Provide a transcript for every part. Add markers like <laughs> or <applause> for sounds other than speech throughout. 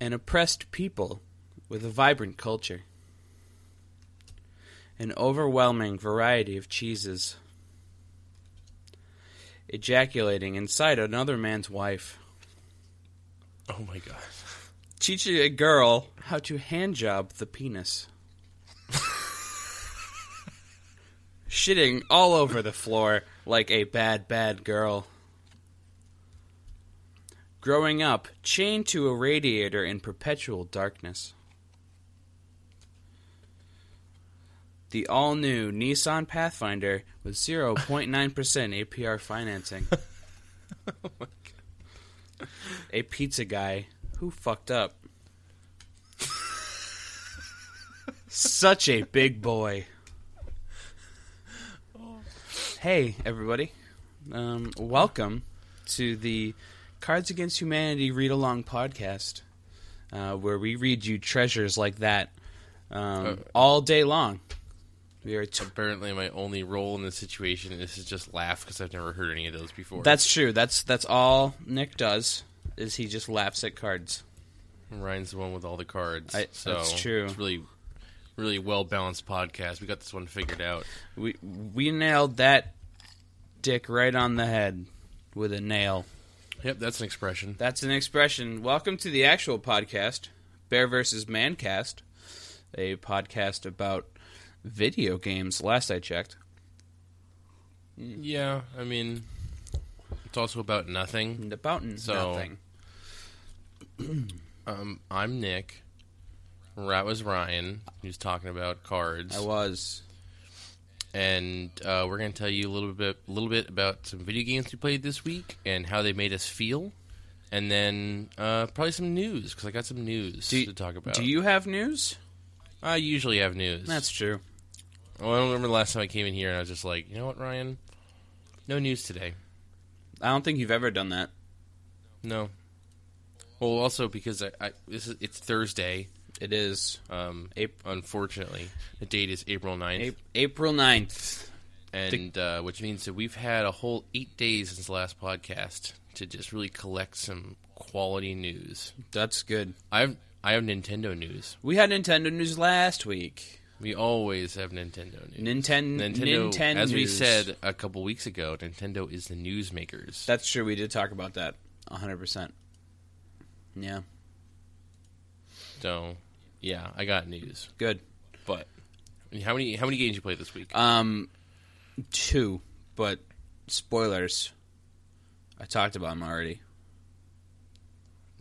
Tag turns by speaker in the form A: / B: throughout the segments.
A: an oppressed people with a vibrant culture, an overwhelming variety of cheeses, ejaculating inside another man's wife,
B: Oh my god.
A: teaching a girl how to hand job the
B: <laughs>
A: penis, shitting all over the floor like a bad, bad girl. Growing up, chained to a radiator in perpetual darkness. The all new Nissan Pathfinder with 0.9% APR financing. A pizza guy who fucked up. Such a big boy. Hey, everybody. Um, welcome to the Cards Against Humanity Read Along podcast, uh, where we read you treasures like that um,
B: Uh,
A: all day long. We are tw-
B: Apparently, my only role in this situation is to just laugh because I've never heard any of those before.
A: that's true. That's that's all Nick does is he just laughs at cards.
B: Ryan's the one with all the cards.
A: I-
B: so
A: that's true.
B: It's really, really well balanced podcast. We got this one figured out.
A: We we nailed that dick right on the head with a nail.
B: Yep, that's an expression.
A: That's an expression. Welcome to the actual podcast, Bear versus Mancast, a podcast about video games. Last I checked,
B: Yeah, I mean, it's also about nothing.
A: and about n-
B: So-
A: nothing.
B: Um, I'm Nick. That was Ryan. He was talking about cards.
A: I was
B: and uh, we're going to tell you a little bit, little bit about some video games we played this week and how they made us feel, and then uh, probably some news because I got some news
A: Do-
B: to talk about.
A: Do you have news?
B: I usually have news.
A: That's true.
B: Well, I don't remember the last time I came in here and I was just like, you know what, Ryan, no news today.
A: I don't think you've ever done that.
B: No. Well, also because I, I this is it's Thursday.
A: It is
B: Um,
A: Ap-
B: unfortunately, the date is April 9th.
A: Ap- April 9th.
B: and uh, which means that we've had a whole eight days since the last podcast to just really collect some quality news.
A: That's good.
B: I have I have Nintendo news.
A: We had Nintendo news last week.
B: We always have Nintendo news.
A: Ninten-
B: Nintendo,
A: Ninten-
B: as we
A: news.
B: said a couple weeks ago, Nintendo is the newsmakers.
A: That's true. We did talk about that. 100%. Yeah.
B: So, yeah, I got news.
A: Good.
B: But how many how many games you played this week?
A: Um, two, but spoilers. I talked about them already.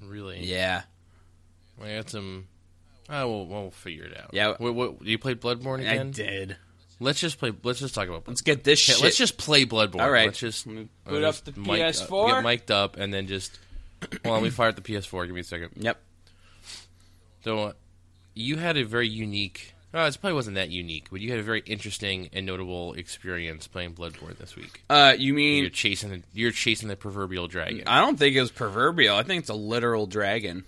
B: really?
A: Yeah.
B: I got some. I will. We'll figure it out.
A: Yeah.
B: What, what, you played Bloodborne
A: I
B: again?
A: did.
B: Let's just play. Let's just talk about. Bloodborne.
A: Let's get this
B: Yeah,
A: shit.
B: let's just play Bloodborne.
A: All right.
B: Let's just
A: Let me
B: uh,
A: boot up
B: just
A: the
B: mic up-
A: PS4.
B: get mic'd up, and then just. Well, let me fire up the PS4. Give me a second.
A: Yep.
B: So, uh, you had a very unique. Uh, it probably wasn't that unique, but you had a very interesting and notable experience playing Bloodborne this week.
A: Uh, you
B: You're
A: mean.
B: chasing. The, you're chasing the proverbial dragon.
A: I don't think it was proverbial. I think it's a literal dragon.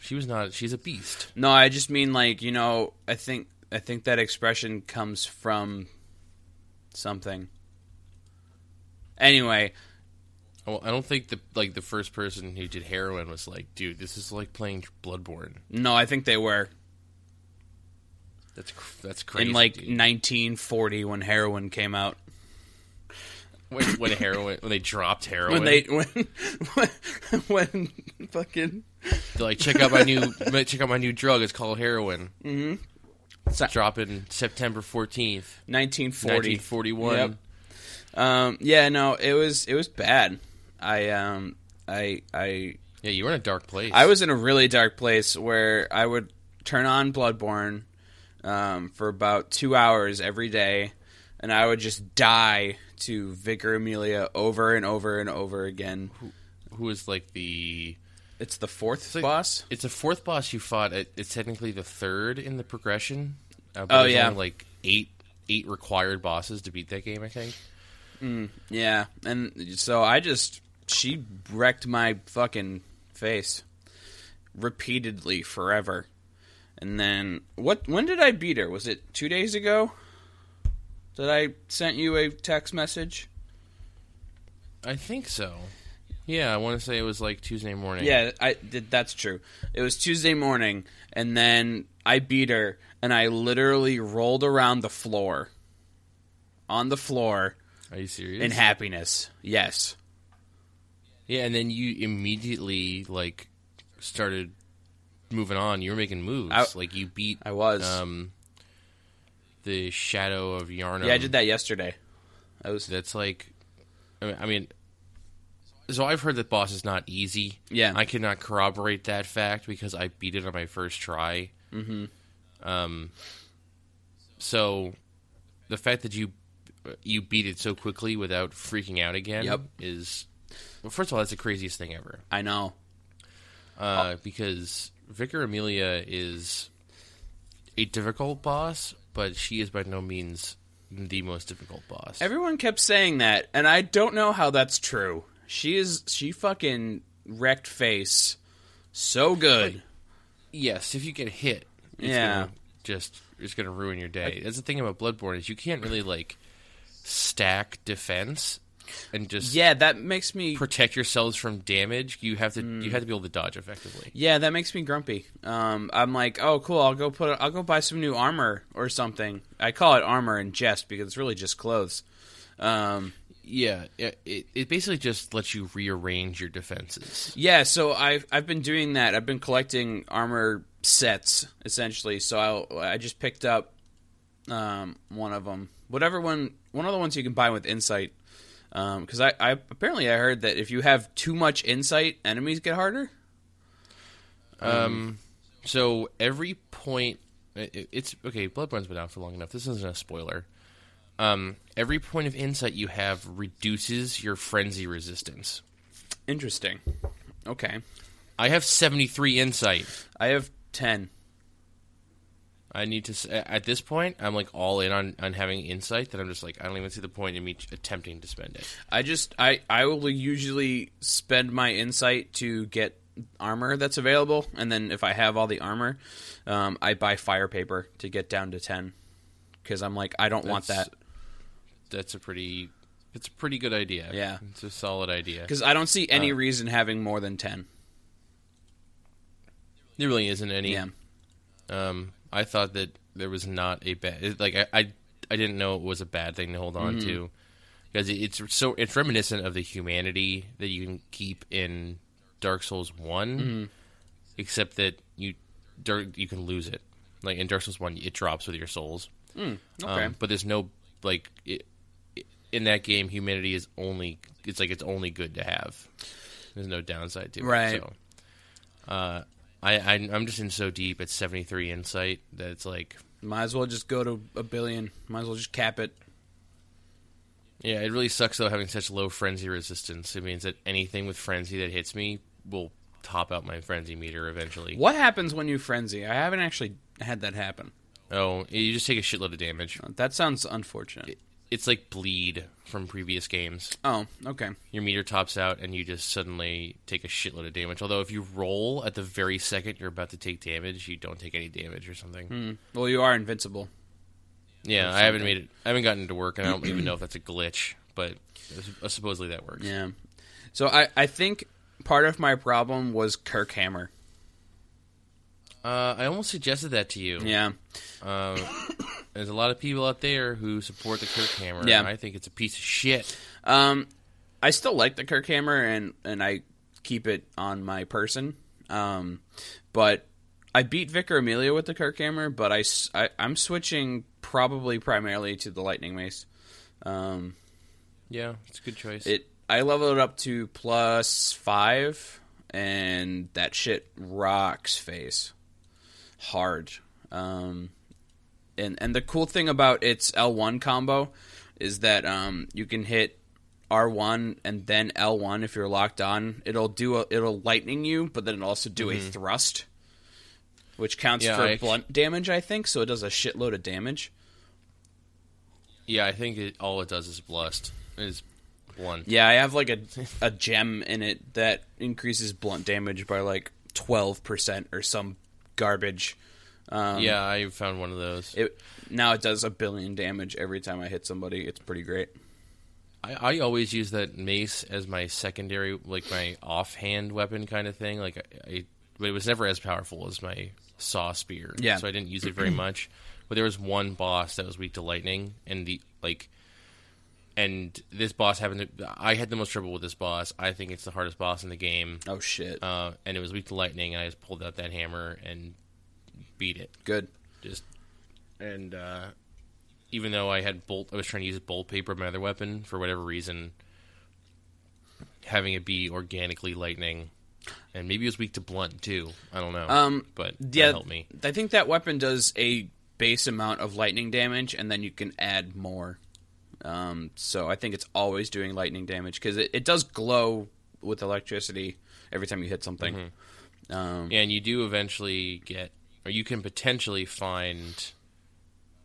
B: She was not. She's a beast.
A: No, I just mean like you know. I think I think that expression comes from something. Anyway,
B: Well, I don't think the like the first person who did heroin was like, dude, this is like playing Bloodborne.
A: no, I think they were
B: That's cr- that's crazy.
A: in like
B: dude.
A: 1940 when heroin came out.
B: when, when heroin when they dropped heroin
A: When they when when, <laughs> when fucking
B: They're like check out my new <laughs> check out my new drug. It's called heroin. Mm-hmm. It's
A: So-
B: dropping September fourteenth,
A: 1940.
B: nineteen forty one.
A: Um, yeah, no, it was it was bad. I um I I
B: Yeah, you were in a dark place.
A: I was in a really dark place where I would turn on Bloodborne um, for about two hours every day, and I would just die to Vicar Amelia over and over and over again.
B: Who is like the?
A: It's the fourth
B: like-
A: boss.
B: It's a fourth boss you fought. It- It's technically the third in the progression. Uh, but
A: Oh,
B: there's
A: yeah.
B: only, like eight eight required bosses to beat that game. I think.
A: Yeah, and so I just she wrecked my fucking face repeatedly forever. And then what? When did I beat her? Was it two days ago? That I sent you a text message.
B: I think so. Yeah, I want to say it was like Tuesday morning.
A: Yeah, I did. That's true. It was Tuesday morning, and then I beat her, and I literally rolled around the floor, on the floor
B: Are you serious?
A: in happiness. Yes.
B: yeah, and then you immediately like started moving on. You were making moves.
A: I-
B: like you beat.
A: I was.
B: Um, the shadow of Yarnum.
A: yeah, I did that yesterday. I was.
B: That's like, I mean, I mean, so I've heard that boss is not easy.
A: Yeah.
B: I cannot corroborate that fact because I beat it on my first try. Mm-hmm. Um, so the fact that you you beat it so quickly without freaking out again
A: Yep.
B: is, well, first of all, that's the craziest thing ever.
A: I know.
B: Uh, because Vicar Amelia is a difficult boss, but she is by no means the most difficult boss.
A: Everyone kept saying that, and I don't know how that's true. She is she fucking wrecked face so good.
B: Yes, if you get hit, it's
A: Yeah.
B: gonna just it's gonna ruin your day. That's the thing about Bloodborne is you can't really like stack defense and just
A: Yeah, that makes me
B: protect yourselves from damage. You have to you have to be able to dodge effectively.
A: Yeah, that makes me grumpy. Um, I'm like, oh, cool. I'll go put. I'll go buy some new armor or something. I call it armor in jest because it's really just clothes. Um,
B: Yeah, it, it, it basically just lets you rearrange your defenses.
A: yeah, so I've I've been doing that. I've been collecting armor sets essentially. So I'll, I just picked up um, one of them, whatever one one of the ones you can buy with insight. Because I, I apparently I heard that if you have too much insight, enemies get harder.
B: So every point, it, it- it's okay. Bloodborne's been out for long enough. This isn't a spoiler. Um, every point of insight you have reduces your frenzy resistance.
A: Interesting. Okay,
B: I have seventy three insight.
A: I have ten.
B: I need to. s- a- At this point, I'm like all in on, on having insight that I'm just like I don't even see the point in me ch- attempting to spend it.
A: I just I I will usually spend my insight to get armor that's available, and then if I have all the armor, um, I buy fire paper to get down to ten because I'm like I don't want
B: That's-
A: that
B: That's a pretty. It's a pretty good idea.
A: Yeah.
B: it's a solid idea.
A: because I don't see any reason having more than ten.
B: There really isn't any.
A: Yeah,
B: Um, I thought that there was not a bad. it- Like I, I, I didn't know it was a bad thing to hold on
A: Mm-hmm.
B: to because it, it's so it's reminiscent of the humanity that you can keep in Dark Souls One,
A: Mm-hmm.
B: except that you, Dar- you can lose it. Like in Dark Souls One, it drops with your souls.
A: Mm, okay.
B: Um, but there's no like it, it- in that game, humanity is only it's like it's only good to have. There's no downside to
A: Right.
B: it. So, uh, I, I I'm just in so deep at 73 insight that it's like
A: might as well just go to a billion. Might as well just cap it.
B: yeah, it really sucks though having such low frenzy resistance. It means that anything with frenzy that hits me will top out my frenzy meter eventually.
A: What happens when you frenzy? I haven't actually had that happen.
B: Oh, you just take a shitload of damage.
A: That sounds unfortunate.
B: It's like bleed from previous games.
A: oh, okay.
B: your meter tops out and you just suddenly take a shitload of damage. Although if you roll at the very second you're about to take damage, you don't take any damage or something.
A: Well, you are invincible.
B: Yeah, I haven't made it. I haven't gotten it to work, and I don't even know if that's a glitch, but s- supposedly that works.
A: Yeah. So I I think part of my problem was Kirk Hammer.
B: Uh, I almost suggested that to you.
A: Yeah.
B: Um, there's a lot of people out there who support the Kirk Hammer.
A: Yeah.
B: and I think it's a piece of shit.
A: Um, I still like the Kirk hammer, and and I keep it on my person. Um, but I beat Vicar Amelia with the Kirk hammer, but I, am switching probably primarily to the lightning mace. Um,
B: Yeah, it's a good choice.
A: it I leveled it up to plus five, and that shit rocks face hard. Um, and and the cool thing about its L1 combo is that um, you can hit R1 and then L1 if you're locked on. It'll do a, it'll lightning you, but then it'll also do a thrust, which counts
B: Mm-hmm. Yeah,
A: for
B: I-
A: blunt damage, I think. So it does a shitload of damage.
B: Yeah, I think it, all it does is blust. Is one.
A: Yeah, I have like a a gem in it that increases blunt damage by like twelve percent or some garbage.
B: yeah, I found one of those.
A: Um, It now it does a billion damage every time I hit somebody. It's pretty great.
B: I, I always use that mace as my secondary, like my offhand weapon kind of thing. Like, I, I, but it was never as powerful as my saw spear.
A: Yeah.
B: So I didn't use it
A: <clears throat>
B: very much. But there was one boss that was weak to lightning, and the like, and this boss happened. To, I had the most trouble with this boss. I think it's the hardest boss in the game,
A: Oh shit!
B: uh, and it was weak to lightning. And I just pulled out that hammer and beat it.
A: Good.
B: just and uh even though I had bolt I was trying to use bolt paper my other weapon for whatever reason having it be organically lightning and maybe it was weak to blunt too I don't know
A: Um,
B: but
A: yeah,
B: that helped me
A: I think that weapon does a base amount of lightning damage, and then you can add more. Um, so I think it's always doing lightning damage because it, it does glow with electricity every time you hit something.
B: Mm-hmm. and you do eventually get or you can potentially find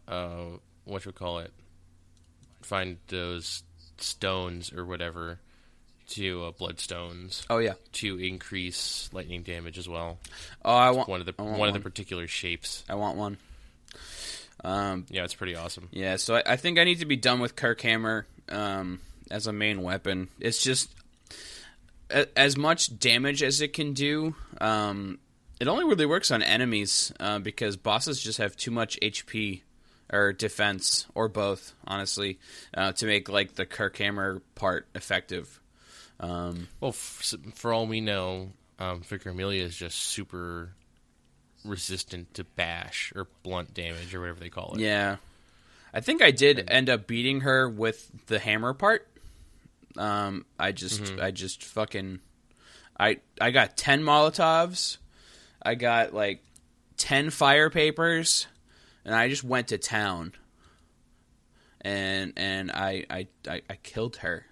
B: uh what you call it find those stones or whatever to uh, bloodstones
A: Oh yeah.
B: to increase lightning damage as well
A: Oh, I want
B: one of the
A: I
B: one,
A: want
B: of the particular shapes.
A: I want one. Mm.
B: Yeah, it's pretty awesome.
A: Yeah, so I, I think I need to be done with Kirk Hammer um, as a main weapon. It's just a, as much damage as it can do. Um, it only really works on enemies uh, because bosses just have too much HP or defense or both, honestly, uh, to make like the Kirk Hammer part effective.
B: Well, f- for all we know, um, Vicar Amelia is just super resistant to bash or blunt damage or whatever they call it.
A: Yeah, I think I did end up beating her with the hammer part. Um, I just, I just fucking, I, I got ten Molotovs, I got like ten fire papers, and I just went to town. And and I I I, I killed her.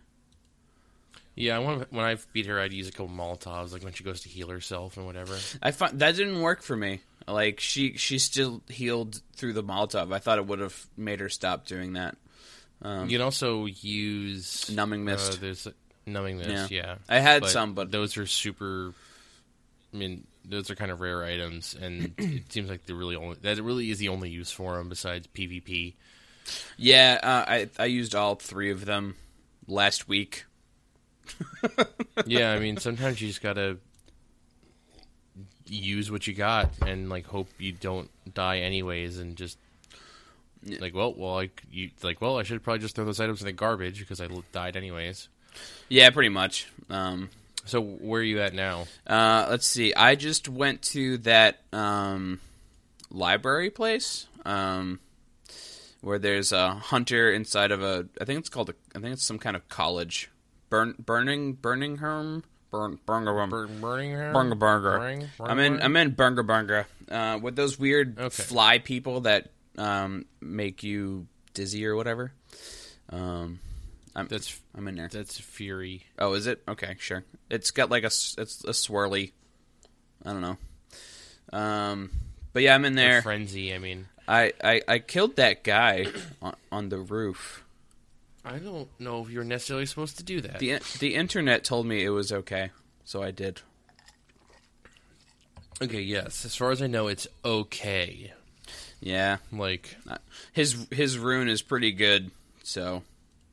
B: yeah. I want when I beat her, I'd use a couple Molotovs, like when she goes to heal herself and whatever.
A: I found that didn't work for me. Like she she still healed through the Molotov. I thought it would have made her stop doing that.
B: you can also use
A: Um, Numbing
B: Uh,
A: mist.
B: there's numbing mist.
A: Yeah.
B: Yeah,
A: I had some, but-
B: those are super. I mean, those are kind of rare items,
A: <clears throat>
B: and it seems like they're really only that really is the only use for them besides PvP.
A: Yeah, uh, I I used all three of them last week.
B: yeah, I mean, sometimes you just gotta use what you got and like hope you don't die anyways, and just like, well, well, I c- you like, well, I should probably just throw those items in the garbage because I l- died anyways.
A: Yeah, pretty much. Um,
B: So where are you at now?
A: uh, let's see. I just went to that um, library place um, where there's a hunter inside of a. I think it's called. A, I think it's some kind of college. Burn, burning, burning herm, burn, burn,
B: Bur- burning her?
A: Burger Burger.
B: Burning-
A: I'm in.
B: burning?
A: I'm in Burger Burger. Uh, with those weird
B: Okay.
A: fly people that um, make you dizzy or whatever. Um, I'm,
B: That's
A: I'm in there.
B: that's Fury.
A: Oh, is it? Okay, sure. It's got like a s- it's a swirly. I don't know. Um, but yeah, I'm in
B: Or
A: there.
B: Frenzy. I mean,
A: I, I I killed that guy <coughs> on, on the roof.
B: I don't know if you're necessarily supposed to do that.
A: The the internet told me it was okay, so I did.
B: okay, yes. As far as I know, it's okay.
A: Yeah,
B: Like,
A: his his rune is pretty good. So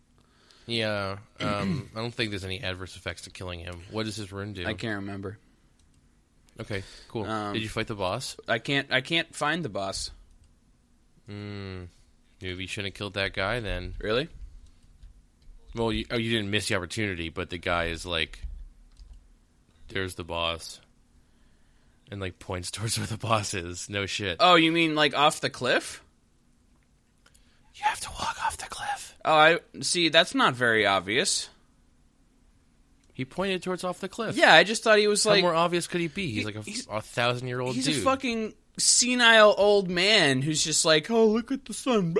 A: <clears throat>
B: yeah. Um, I don't think there's any adverse effects to killing him. What does his rune do?
A: I can't remember.
B: Okay, cool.
A: Um,
B: Did you fight the boss?
A: I can't. I can't find the boss.
B: Mm, maybe you shouldn't have killed that guy then.
A: Really?
B: Well, you, oh, you didn't miss the opportunity, but the guy is like, "There's the boss," and like points <laughs> towards where the boss is. No shit.
A: Oh, you mean like off the cliff?
B: you have to walk off the cliff.
A: Oh, I see. That's not very obvious.
B: He pointed towards off the cliff.
A: Yeah, I just thought he was
B: How
A: like
B: more obvious could he be? He's
A: He-
B: like a,
A: he's-
B: thousand year old
A: he's
B: dude.
A: a fucking senile old man who's just like, "Oh, look at the sun,"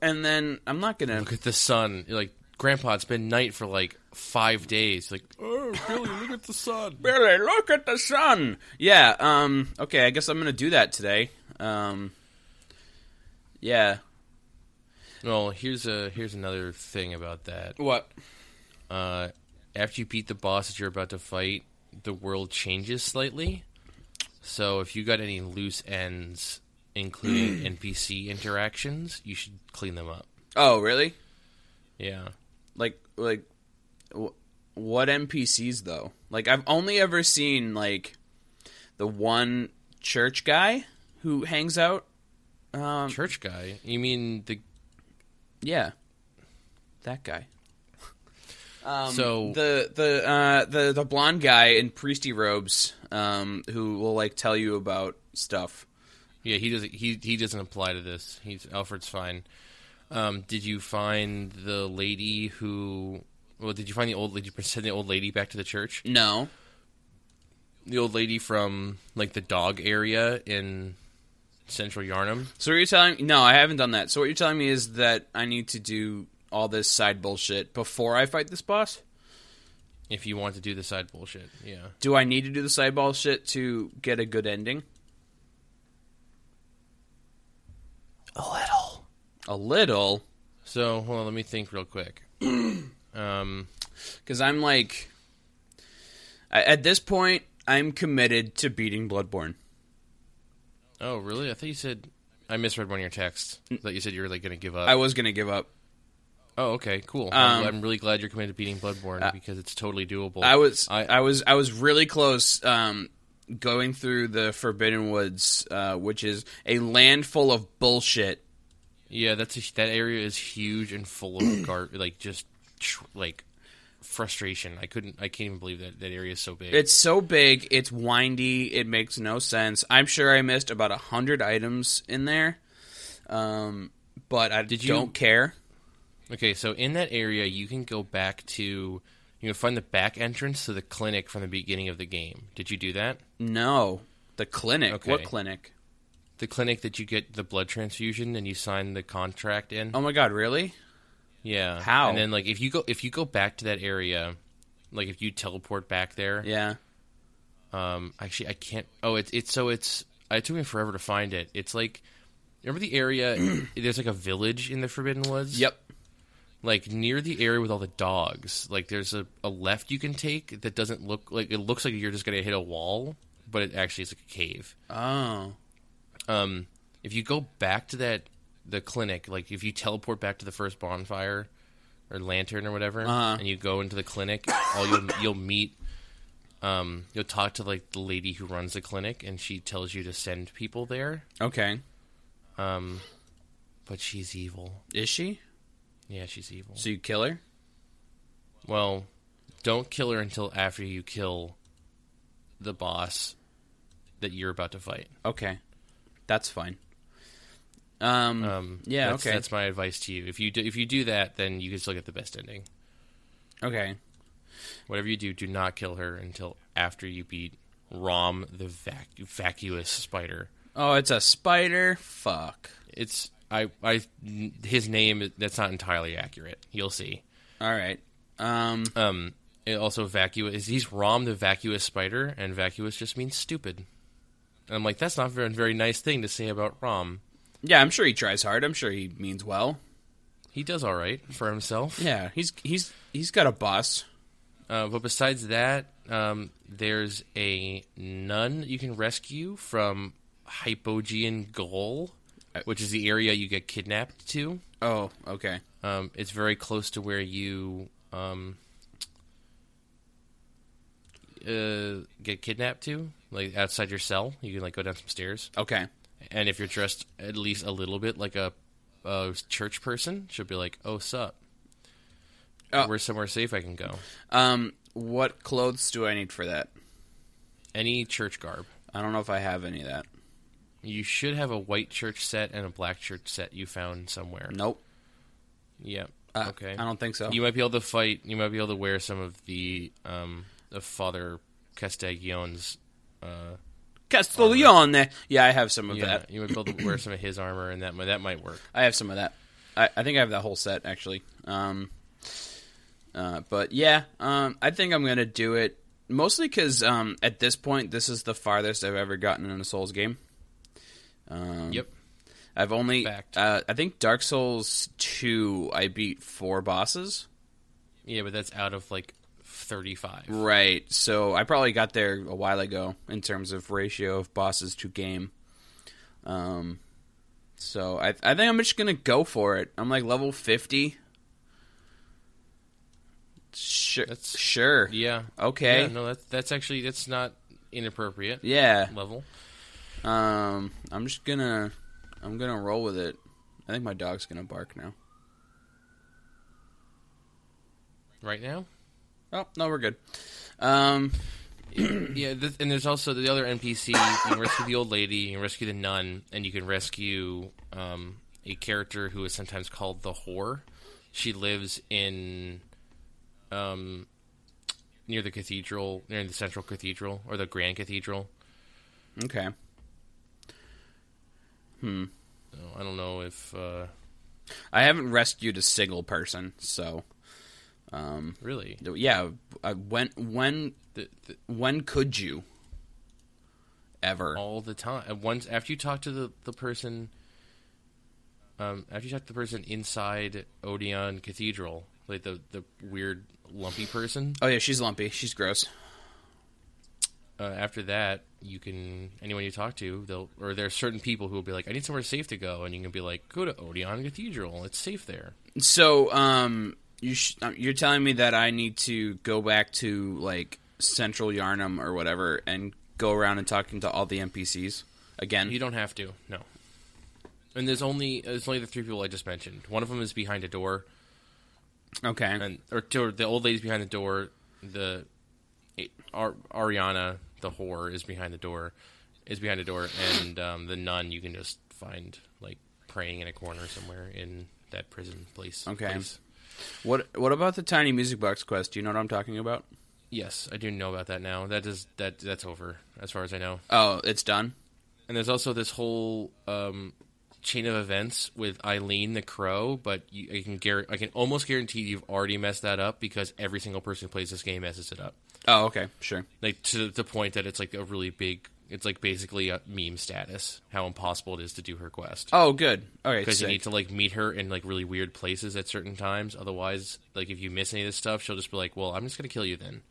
A: and then I'm not gonna.
B: Look at the sun. You're Like, Grandpa, it's been night for like five days. Like, oh, Billy, look at the sun.
A: Billy, look at the sun. Yeah. Um. Okay. I guess I'm gonna do that today. Um. Yeah.
B: <laughs> Well, here's a here's another thing about that.
A: What?
B: Uh, after you beat the boss that you're about to fight, the world changes slightly. So if you got any loose ends, including NPC interactions, you should clean them up.
A: Oh, really?
B: Yeah.
A: Like, like, wh- what NPCs though? Like, I've only ever seen like the one church guy who hangs out. Um.
B: Church guy. You mean the
A: Yeah. That guy. <laughs> Um,
B: So-
A: the the uh, the the blonde guy in priesty robes, um, who will like tell you about stuff.
B: Yeah, he doesn't. He he doesn't apply to this. He's Alfred's fine. Um, did you find the lady who? Well, did you find the old lady? Send the old lady back to the church.
A: No,
B: The old lady from like the dog area in Central Yarnum.
A: So what you're telling no, I haven't done that. So what you're telling me is that I need to do all this side bullshit before I fight this boss?
B: If you want to do the side bullshit, yeah.
A: Do I need to do the side bullshit to get a good ending?
B: A little.
A: A little,
B: So hold on, let me think real quick. <clears throat> um,
A: because I'm like, I, at this point, I'm committed to beating Bloodborne.
B: oh really? I thought you said I misread one of your texts. I thought you said you were like going to give up.
A: I was gonna give up.
B: Oh, okay, cool.
A: Um,
B: I'm, I'm really glad you're committed to beating Bloodborne because it's totally doable.
A: I was, I,
B: I,
A: was, I was really close. Um, going through the Forbidden Woods, uh, which is a land full of bullshit.
B: yeah, that's a, that area is huge and full
A: <clears throat>
B: of gar- like just tr- like frustration. I couldn't, I can't even believe that that area is so big.
A: It's so big, it's windy, it makes no sense. I'm sure I missed about a hundred items in there, um, but I
B: Did you-
A: don't care.
B: okay, so in that area, you can go back to you can find the back entrance to the clinic from the beginning of the game. Did you do that?
A: No, the clinic. What
B: Okay.
A: clinic?
B: The clinic that you get the blood transfusion and you sign the contract in.
A: Oh my god, really?
B: Yeah.
A: How?
B: And then like if you go if you go back to that area, like if you teleport back there,
A: Yeah.
B: Um, actually, I can't. Oh, it's it's so it's. uh, It took me forever to find it. It's like, remember
A: <clears throat>
B: the area? there's like a village in the Forbidden Woods.
A: Yep.
B: Like near the area with all the dogs. Like there's a, a left you can take that doesn't look like it looks like you're just gonna hit a wall, but it actually is like a cave.
A: Oh.
B: Um, if you go back to that the clinic, like if you teleport back to the first bonfire or lantern or whatever,
A: Uh-huh.
B: and you go into the clinic, all you'll <coughs> you'll meet. Um, you'll talk to like the lady who runs the clinic, and she tells you to send people there.
A: Okay.
B: Um, but she's evil.
A: Is she?
B: Yeah, she's evil.
A: So you kill her?
B: Well, don't kill her until after you kill the boss that you're about to fight.
A: Okay. That's fine. Um,
B: Um,
A: Yeah,
B: that's,
A: okay.
B: That's my advice to you. If you do, if you do that, then you can still get the best ending.
A: okay.
B: Whatever you do, do not kill her until after you beat Rom the vac- vacuous spider.
A: Oh, it's a spider. Fuck.
B: It's I I his name is- that's not entirely accurate. You'll see.
A: All right. Um,
B: Um it also vacuous he's Rom the vacuous spider and vacuous just means stupid. And I'm like that's not a very, very nice thing to say about Rom.
A: yeah, I'm sure he tries hard. I'm sure he means well.
B: He does all right for himself.
A: Yeah, he's he's he's got a boss.
B: Uh, but besides that, um, there's a nun you can rescue from Hypogean Goal, which is the area you get kidnapped to.
A: Oh, okay.
B: Um, it's very close to where you um, uh, get kidnapped to, like outside your cell. You can like go down some stairs,
A: Okay.
B: and if you're dressed at least a little bit like a, a church person, she'll be like, "Oh, sup."
A: Oh.
B: We're somewhere safe I can go.
A: Um what clothes do I need for that?
B: Any church garb.
A: I don't know if I have any of that.
B: You should have a white church set and a black church set you found somewhere.
A: Nope.
B: Yeah.
A: Uh,
B: okay.
A: I don't think so.
B: You might be able to fight. You might be able to wear some of the um, of Father Castiglione's uh,
A: Castiglione. Yeah, I have some of
B: Yeah,
A: that.
B: you would build wear some of his armor, and that might, that might work.
A: I have some of that. I, I think I have that whole set actually. Um, uh, but yeah, um, I think I'm gonna do it mostly because um, at this point, this is the farthest I've ever gotten in a Souls game. Um,
B: Yep.
A: I've only,
B: Fact.
A: uh, I think Dark Souls two, I beat four bosses.
B: Yeah, but that's out of like thirty-five.
A: Right. So I probably got there a while ago in terms of ratio of bosses to game. Um, so I I think I'm just gonna go for it. I'm like level fifty. Sure.
B: That's-
A: sure.
B: Yeah.
A: Okay.
B: Yeah, no, that's that's actually that's not inappropriate.
A: Yeah.
B: Level.
A: Um, I'm just gonna I'm gonna roll with it. I think my dog's gonna bark now.
B: Right now.
A: Oh no, we're good. Um,
B: yeah, th- and there's also the other NPC. You can rescue the old lady, you can rescue the nun, and you can rescue um, a character who is sometimes called the whore. She lives in um, near the cathedral, near the central cathedral or the grand cathedral.
A: okay.
B: So I don't know if uh,
A: I haven't rescued a single person, so um,
B: really
A: yeah. I, when when
B: the, the,
A: when could you ever
B: all the time. Once after you talk to the the person, um, after you talk to the person inside Odeon Cathedral, like the the weird lumpy person.
A: oh yeah she's lumpy she's gross
B: uh, after that, you can anyone you talk to, they'll or there are certain people who will be like, "I need somewhere safe to go," and you can be like, "Go to Odeon Cathedral; it's safe there."
A: so um you sh- um, you're telling me that i need to go back to like central yarnum or whatever and go around and talking to all the npcs again
B: You don't have to, no. And there's only there's only the three people I just mentioned. One of them is behind a door,
A: okay
B: and or, to, the old lady's behind the door. The Ar- Ariana, the whore, is behind the door, is behind the door, and um, the nun you can just find like praying in a corner somewhere in that prison place.
A: Okay.
B: place.
A: what what about the tiny music box quest do you know what i'm talking about
B: Yes, I do know about that now. That is that that's over as far as I know.
A: oh it's done
B: And there's also this whole um, chain of events with Eileen the Crow, but you, I can guar- I can almost guarantee you've already messed that up because every single person who plays this game messes it up,
A: oh okay sure
B: like to the point that it's like a really big. It's like basically a meme status how impossible it is to do her quest
A: oh good okay
B: because you
A: sick.
B: need to like meet her in like really weird places at certain times. Otherwise, like if you miss any of this stuff, she'll just be like, "Well, I'm just gonna kill you then."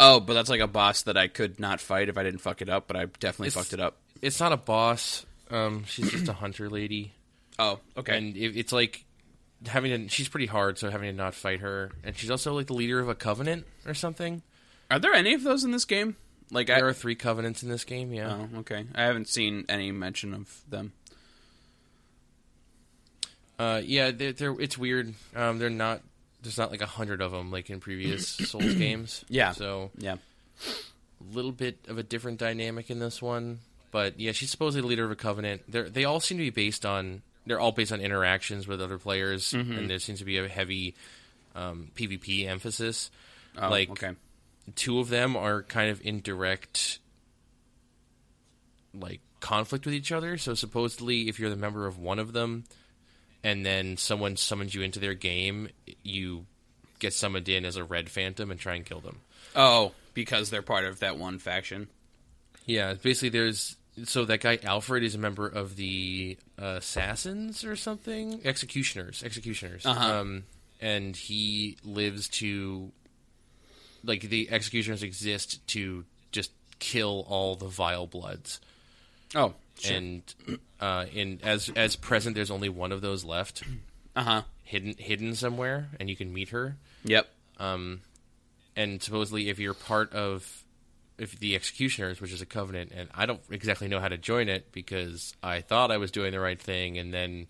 A: oh but that's like a boss that i could not fight if i didn't fuck it up but i definitely
B: It's-
A: fucked it up
B: It's not a boss. Um, she's just a hunter lady.
A: oh <clears throat> okay
B: and it, it's like having to she's pretty hard so having to not fight her and she's also like the leader of a covenant or something
A: Are there any of those in this game? Like I
B: there are three covenants in this game yeah
A: oh, okay. I haven't seen any mention of them.
B: uh yeah they're, they're, it's weird um they're not there's not like a hundred of them like in previous <clears throat> souls games
A: Yeah.
B: so
A: Yeah.
B: a little bit of a different dynamic in this one but yeah she's supposedly the leader of a covenant they're, they all seem to be based on they're all based on interactions with other players
A: Mm-hmm.
B: and there seems to be a heavy um, pvp emphasis
A: Oh,
B: like
A: okay.
B: two of them are kind of in direct like conflict with each other so supposedly if you're the member of one of them and then someone summons you into their game you get summoned in as a red phantom and try and kill them
A: Oh, because they're part of that one faction.
B: yeah basically there's so that guy alfred is a member of the assassins or something executioners executioners um, and he lives to like the executioners exist to just kill all the vile bloods
A: Oh, sure.
B: and uh in as as present there's only one of those left
A: uh huh.
B: hidden hidden somewhere and you can meet her
A: Yep.
B: and supposedly if you're part of if the executioners which is a covenant and i don't exactly know how to join it because i thought i was doing the right thing and then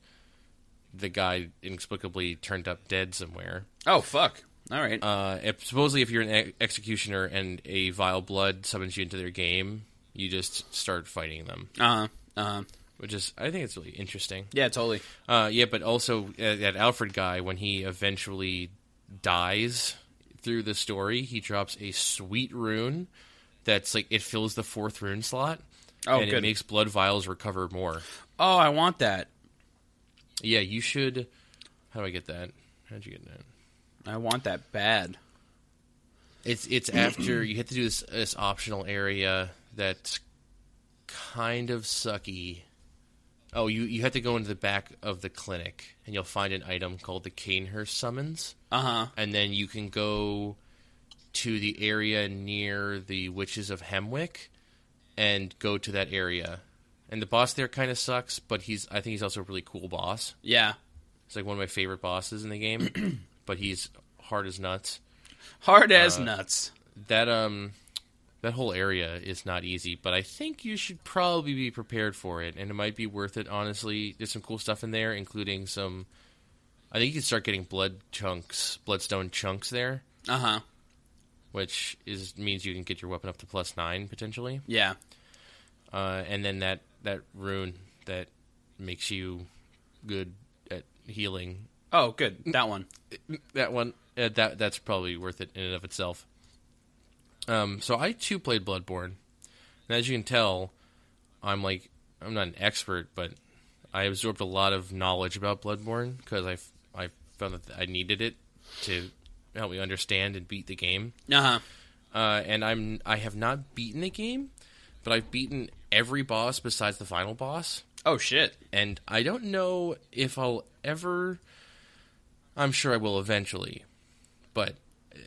B: the guy inexplicably turned up dead somewhere
A: Oh fuck. All right.
B: uh, if, supposedly if you're an ex- executioner and a vile blood summons you into their game you just start fighting them
A: Uh huh. Uh huh.
B: which is i think it's really interesting
A: Yeah, totally.
B: uh, yeah, but also uh, that Alfred guy, when he eventually dies through the story, he drops a sweet rune that's like it fills the fourth rune slot,
A: Oh,
B: and
A: good.
B: it makes blood vials recover more.
A: Oh, I want that.
B: Yeah, you should. How do I get that? How'd you get that?
A: I want that bad.
B: It's
A: <clears throat>
B: it's after you have to do this this optional area that's kind of sucky. Oh, you you have to go into the back of the clinic and you'll find an item called the Kanehurst summons,
A: Uh huh.
B: and then you can go to the area near the Witches of Hemwick and go to that area. And the boss there kind of sucks, but he's I think he's also a really cool boss.
A: Yeah.
B: He's like one of my favorite bosses in the game, but he's hard as nuts.
A: Hard as nuts.
B: that um that whole area is not easy, but I think you should probably be prepared for it, and it might be worth it. Honestly, there's some cool stuff in there, including some. I think you can start getting blood chunks, bloodstone chunks there,
A: Uh huh.
B: which is means you can get your weapon up to plus nine potentially.
A: Yeah.
B: Uh, and then that that rune that makes you good at healing.
A: Oh, good. That one.
B: That one uh, that that's probably worth it in and of itself. Um, so I too played Bloodborne, and as you can tell, I'm like I'm not an expert, but I absorbed a lot of knowledge about Bloodborne because I f- I found that I needed it to help me understand and beat the game.
A: Uh huh.
B: Uh, and I'm I have not beaten the game, but I've beaten every boss besides the final boss
A: Oh shit.
B: and I don't know if I'll ever. I'm sure I will eventually, but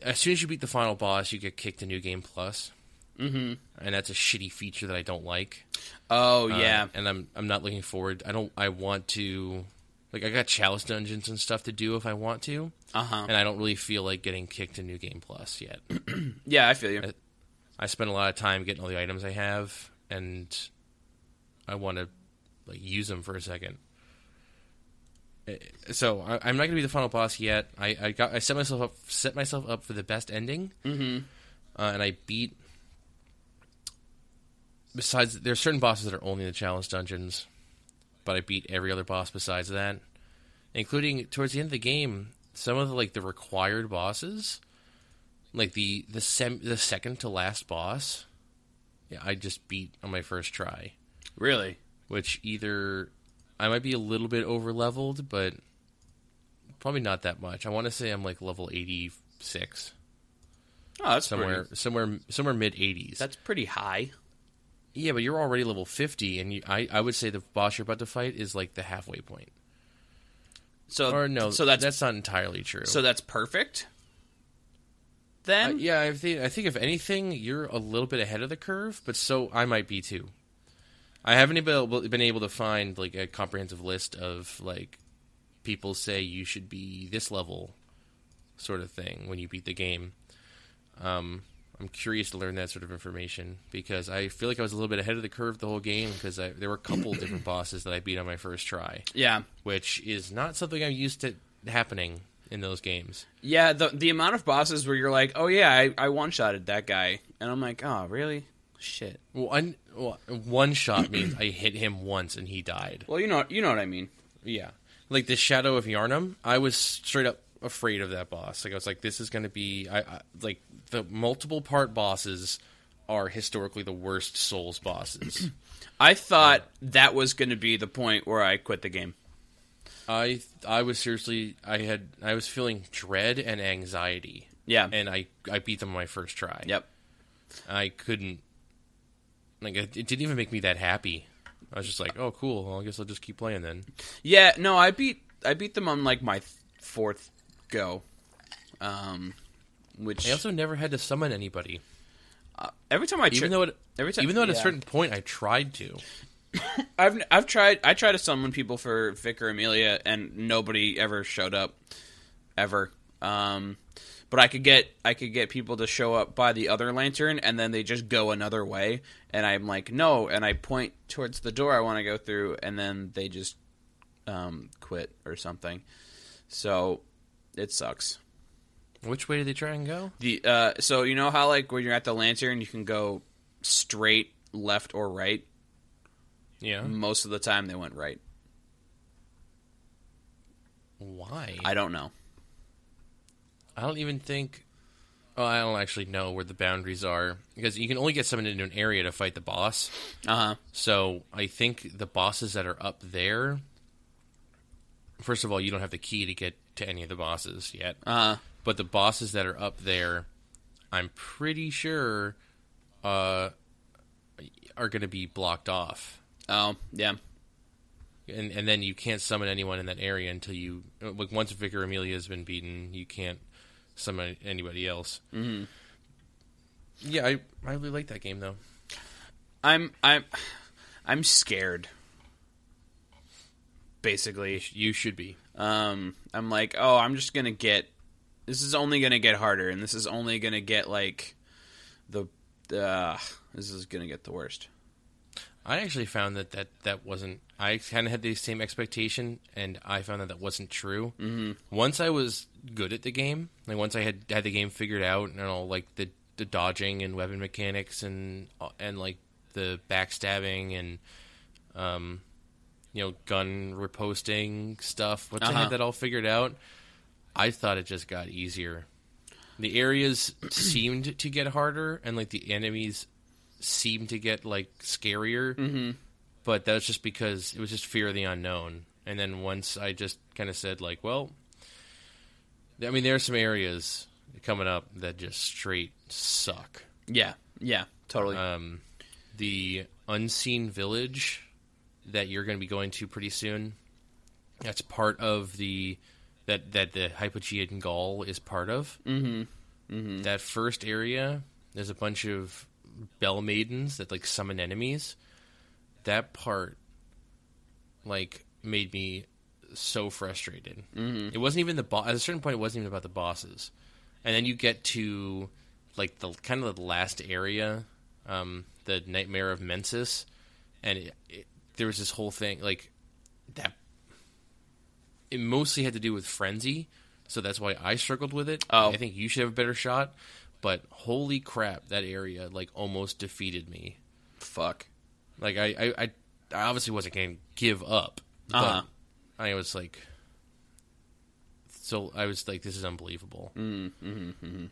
B: as soon as you beat the final boss, you get kicked to New Game Plus, mm-hmm. and that's a shitty feature that I don't like.
A: Oh
B: Uh,
A: yeah.
B: and I'm I'm not looking forward. I don't. I want to. Like I got chalice dungeons and stuff to do if I want to,
A: Uh huh.
B: and I don't really feel like getting kicked to New Game Plus yet.
A: Yeah, I feel you.
B: I spend a lot of time getting all the items I have, and I want to like use them for a second. Eh, So I, I'm not going to be the final boss yet. I, I got I set myself up set myself up for the best ending, mm-hmm. uh, and I beat. Besides, there are certain bosses that are only in the challenge dungeons, but I beat every other boss besides that, including towards the end of the game. Some of the like the required bosses, like the the sem- the second to last boss, yeah, I just beat on my first try,
A: Really.
B: which either I might be a little bit over leveled, but probably not that much. I want to say I'm like level 86
A: Oh, that's
B: somewhere
A: Pretty,
B: somewhere somewhere mid 80s.
A: that's pretty high.
B: yeah, but you're already level 50 and you, I I would say the boss you're about to fight is like the halfway point.
A: So
B: Or no,
A: So that's,
B: that's not entirely true.
A: so that's perfect.
B: Uh,
A: Then
B: yeah, I think, I think if anything, you're a little bit ahead of the curve, but so I might be too. I haven't been able, been able to find like a comprehensive list of like people say you should be this level sort of thing when you beat the game. Um, I'm curious to learn that sort of information because I feel like I was a little bit ahead of the curve the whole game because there were a couple different bosses that I beat on my first try,
A: yeah.
B: which is not something I'm used to happening in those games.
A: Yeah, the the amount of bosses where you're like, oh yeah, I, I one shotted that guy, and I'm like, oh really? Shit.
B: Well, un- well, one shot means I hit him once and he died.
A: Well, you know you know what I mean.
B: Yeah. Like the Shadow of Yarnum, I was straight up afraid of that boss. Like I was like, this is going to be, I, I like the multiple part bosses are historically the worst Souls bosses.
A: I thought that was going to be the point where I quit the game.
B: I I was seriously, I had, I was feeling dread and anxiety,
A: Yeah.
B: and I I beat them on my first try.
A: yep.
B: I couldn't. Like it, it didn't even make me that happy. I was just like, oh cool, well, I guess I'll just keep playing then.
A: Yeah. No, I beat I beat them on like my th- fourth go, um, which
B: I also never had to summon anybody.
A: every time I tr-
B: even though it
A: every time-
B: even though at a
A: yeah.
B: certain point I tried to.
A: I've I've tried I try to summon people for Vicar Amelia and nobody ever showed up ever. Um but I could get I could get people to show up by the other lantern and then they just go another way and I'm like no and I point towards the door I want to go through and then they just um quit or something. So it sucks.
B: Which way did they try and go?
A: The uh so you know how like when you're at the lantern you can go straight left or right
B: Yeah.
A: most of the time they went right.
B: Why? I,
A: I don't know.
B: don't even think Oh, I don't actually know where the boundaries are because you can only get someone into an area to fight the boss.
A: Uh huh.
B: So I think the bosses that are up there. First of all, you don't have the key to get to any of the bosses yet.
A: Uh huh.
B: but the bosses that are up there, I'm pretty sure, uh, are going to be blocked off,
A: Oh yeah.
B: and and then you can't summon anyone in that area until you like once Vicar Amelia has been beaten, you can't summon anybody else. Mm-hmm. Yeah, I I really like that game though.
A: I'm I'm I'm scared. Basically,
B: You should be.
A: um, I'm like, oh, I'm just gonna get. This is only gonna get harder, and this is only gonna get like the. Uh, this is gonna get the worst.
B: I actually found that that, that wasn't. I kind of had the same expectation, and I found that that wasn't true. mm Once I was good at the game, like once I had had the game figured out, and all like the the dodging and weapon mechanics, and uh, and like the backstabbing and um, you know, gun reposting stuff. Once I
A: Uh-huh.
B: had that all figured out, I thought it just got easier. The areas seemed to get harder, and like the enemies seemed to get like scarier. Mm-hmm. But that was just because it was just fear of the unknown. And then once I just kind of said like, well, I mean, there are some areas coming up that just straight suck.
A: Yeah, yeah, totally.
B: Um, the unseen village that you're going to be going to pretty soon. That's part of the that that the Hypogean Gaul is part of. Mm-hmm. Mm-hmm. That first area, there's a bunch of bell maidens that like summon enemies. That part, like, made me so frustrated. Mm-hmm. It wasn't even the boss. At a certain point, it wasn't even about the bosses. And then you get to like the kind of the last area, um, the Nightmare of Mensis, and it, it, there was this whole thing like that. It mostly had to do with frenzy, so that's why I struggled with it.
A: Oh.
B: I think you should have a better shot. But holy crap, that area like almost defeated me.
A: Fuck.
B: Like I, I, I, I obviously wasn't going to give up. but
A: Uh-huh.
B: I was like, so I was like, this is unbelievable. Mm, mm-hmm,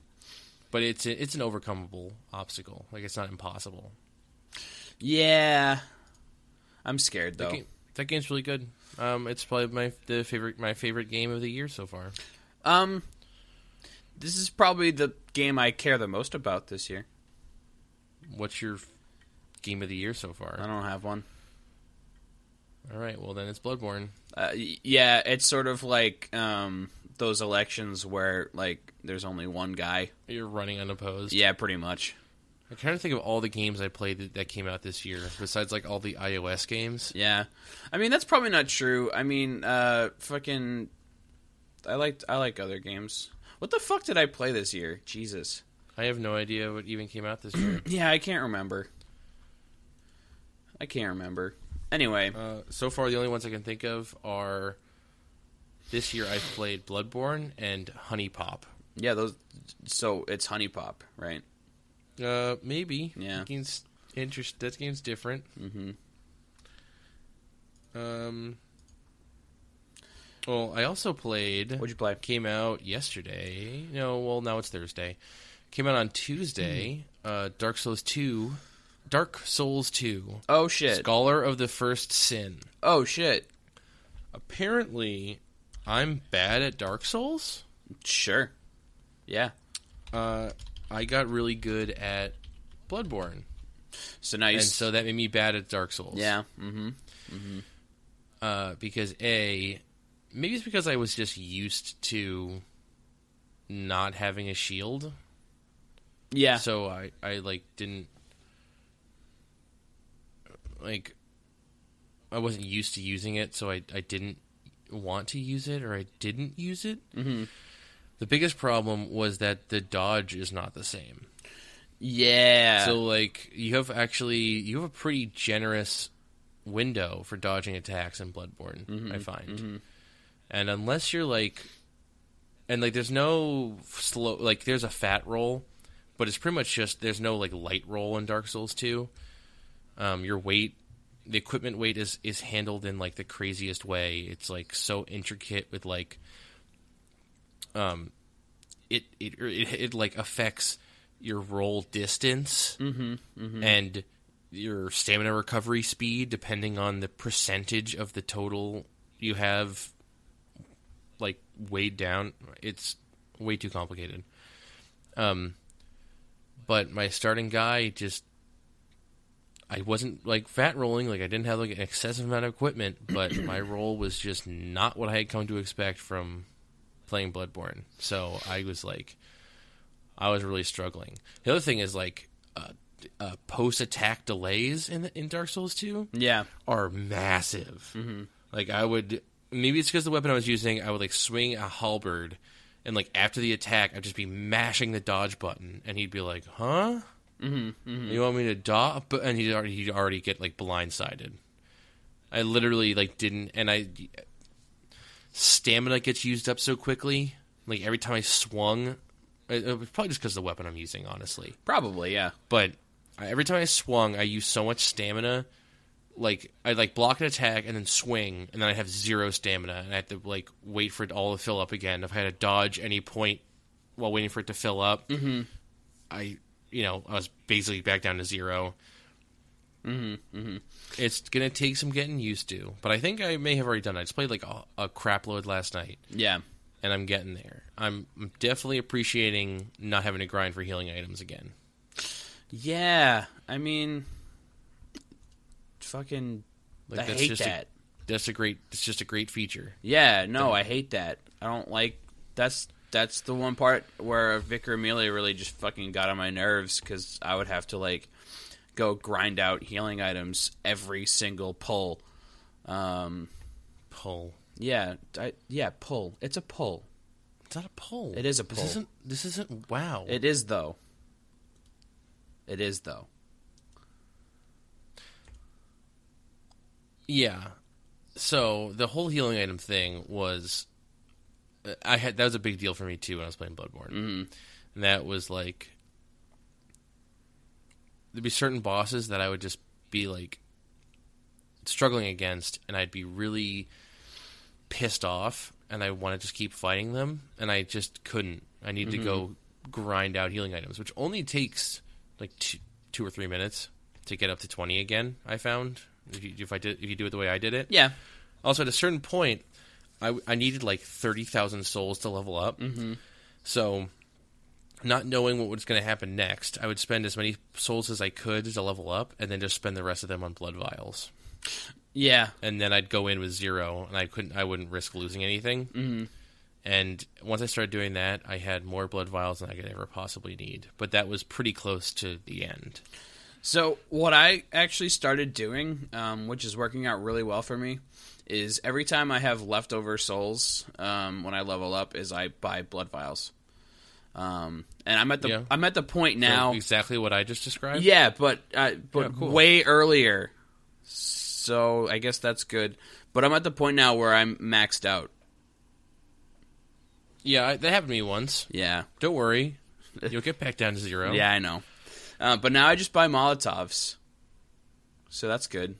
B: But it's a, it's an overcomable obstacle. Like it's not impossible.
A: Yeah, I'm scared though.
B: That, game, that game's really good. Um, it's probably my the favorite my favorite game of the year so far.
A: Um, this is probably the game I care the most about this year.
B: What's your f- game of the year so far?
A: I don't have one.
B: All right, well then it's Bloodborne.
A: Uh, y- yeah, it's sort of like um those elections where like there's only one guy.
B: You're running unopposed.
A: Yeah, pretty much.
B: I'm trying to think of all the games I played that, that came out this year, besides like all the iOS games.
A: Yeah, I mean that's probably not true. I mean, uh, fucking, I liked I like other games. What the fuck did I play this year? Jesus. <clears throat>
B: I have no idea what even came out this year.
A: Yeah, I can't remember. I can't remember. Anyway,
B: Uh, so far, the only ones I can think of are this year I've played Bloodborne and Honey Pop.
A: yeah, those. So it's Honey Pop, right?
B: Uh, maybe.
A: Yeah.
B: That game's, interest, that game's different.
A: Mm-hmm.
B: Um, well, I also played.
A: What'd you play?
B: Came out yesterday. No, well, now it's Thursday. Came out on Tuesday.
A: Hmm.
B: Uh, Dark Souls 2. Dark Souls 2.
A: Oh shit!
B: Scholar of the First Sin.
A: Oh shit!
B: Apparently, I'm bad at Dark Souls.
A: Sure. Yeah.
B: uh, I got really good at Bloodborne,
A: So now you.
B: and
A: s-
B: so that made me bad at Dark Souls.
A: yeah. Mm-hmm.
B: uh, because a maybe it's because I was just used to not having a shield,
A: Yeah.
B: so I I like didn't like I wasn't used to using it, so I I didn't want to use it or I didn't use it. Mm-hmm. The biggest problem was that the dodge is not the same.
A: yeah.
B: So like you have actually you have a pretty generous window for dodging attacks in Bloodborne,
A: Mm-hmm.
B: I find. And unless you're like and like there's no slow like there's a fat roll, but it's pretty much just there's no like light roll in Dark Souls 2. Um your weight the equipment weight is is handled in like the craziest way. It's like so intricate with like um it it it, it like affects your roll distance and your stamina recovery speed depending on the percentage of the total you have like weighed down. It's way too complicated. Um, but my starting guy just I wasn't like fat rolling, like I didn't have like an excessive amount of equipment, but my roll was just not what I had come to expect from playing Bloodborne. So I was like, I was really struggling. The other thing is like uh, uh, post attack delays in in Dark Souls two
A: Yeah.
B: are massive. Like I would maybe it's because the weapon I was using, I would like swing a halberd, and like after the attack, I'd just be mashing the dodge button, and he'd be like, "Huh? Mm-hmm, You want me to dodge?" But and he'd already he'd already get like blindsided. I literally like didn't, and I stamina gets used up so quickly. Like every time I swung, it it was probably just because of the weapon I'm using, honestly
A: Probably. Yeah.
B: but I- every time I swung, I used so much stamina. Like I like block an attack and then swing, and then I have zero stamina, and I have to like wait for it all to fill up again. If I had to dodge any point while waiting for it to fill up, I you know I was basically back down to 0 Mm-hmm, mm-hmm. It's gonna take some getting used to, but I think I may have already done. it. I just played like a, a crap load last night
A: Yeah.
B: and I'm getting there. I'm, I'm definitely appreciating not having to grind for healing items again.
A: Yeah. I mean, fucking.
B: Like
A: I
B: that's
A: hate
B: just a-
A: that.
B: That's a great. It's just a great feature.
A: Yeah, no, I hate that. I don't like that's that's the one part where Vicar Amelia really just fucking got on my nerves because I would have to like go grind out healing items every single pull. Um,
B: Pull.
A: yeah, I, yeah, pull. It's a pull.
B: It's not a pull.
A: It is a pull.
B: This isn't. This isn't. Wow.
A: It is though. It is though.
B: yeah. So the whole healing item thing was, uh, I had that was a big deal for me too when I was playing Bloodborne. Mm. And that was like, there'd be certain bosses that I would just be like struggling against, and I'd be really pissed off, and I want to just keep fighting them, and I just couldn't. I need to go grind out healing items, which only takes like two, two or three minutes to get up to twenty again. I found if you, if I did if you do it the way I did it,
A: Yeah,
B: also, at a certain point, I, w- I needed like 30,000 souls to level up. Mm-hmm. So, not knowing what was going to happen next, I would spend as many souls as I could to level up and then just spend the rest of them on blood vials.
A: yeah,
B: And then I'd go in with zero and I couldn't I wouldn't risk losing anything. Mm-hmm. And once I started doing that, I had more blood vials than I could ever possibly need. But that was pretty close to the end.
A: So what I actually started doing, um, which is working out really well for me, is every time I have leftover souls um, when I level up, is I buy blood vials. Um, and I'm at the
B: Yeah.
A: I'm at the point
B: So
A: now.
B: exactly what I just described.
A: Yeah, but uh, but
B: Yeah, cool.
A: way earlier. So I guess that's good. But I'm at the point now where I'm maxed out.
B: Yeah, I- that happened to me once.
A: Yeah,
B: Don't worry. You'll get back down to
A: <laughs>
B: zero.
A: yeah, I know. Uh, but now I just buy Molotovs. So that's good.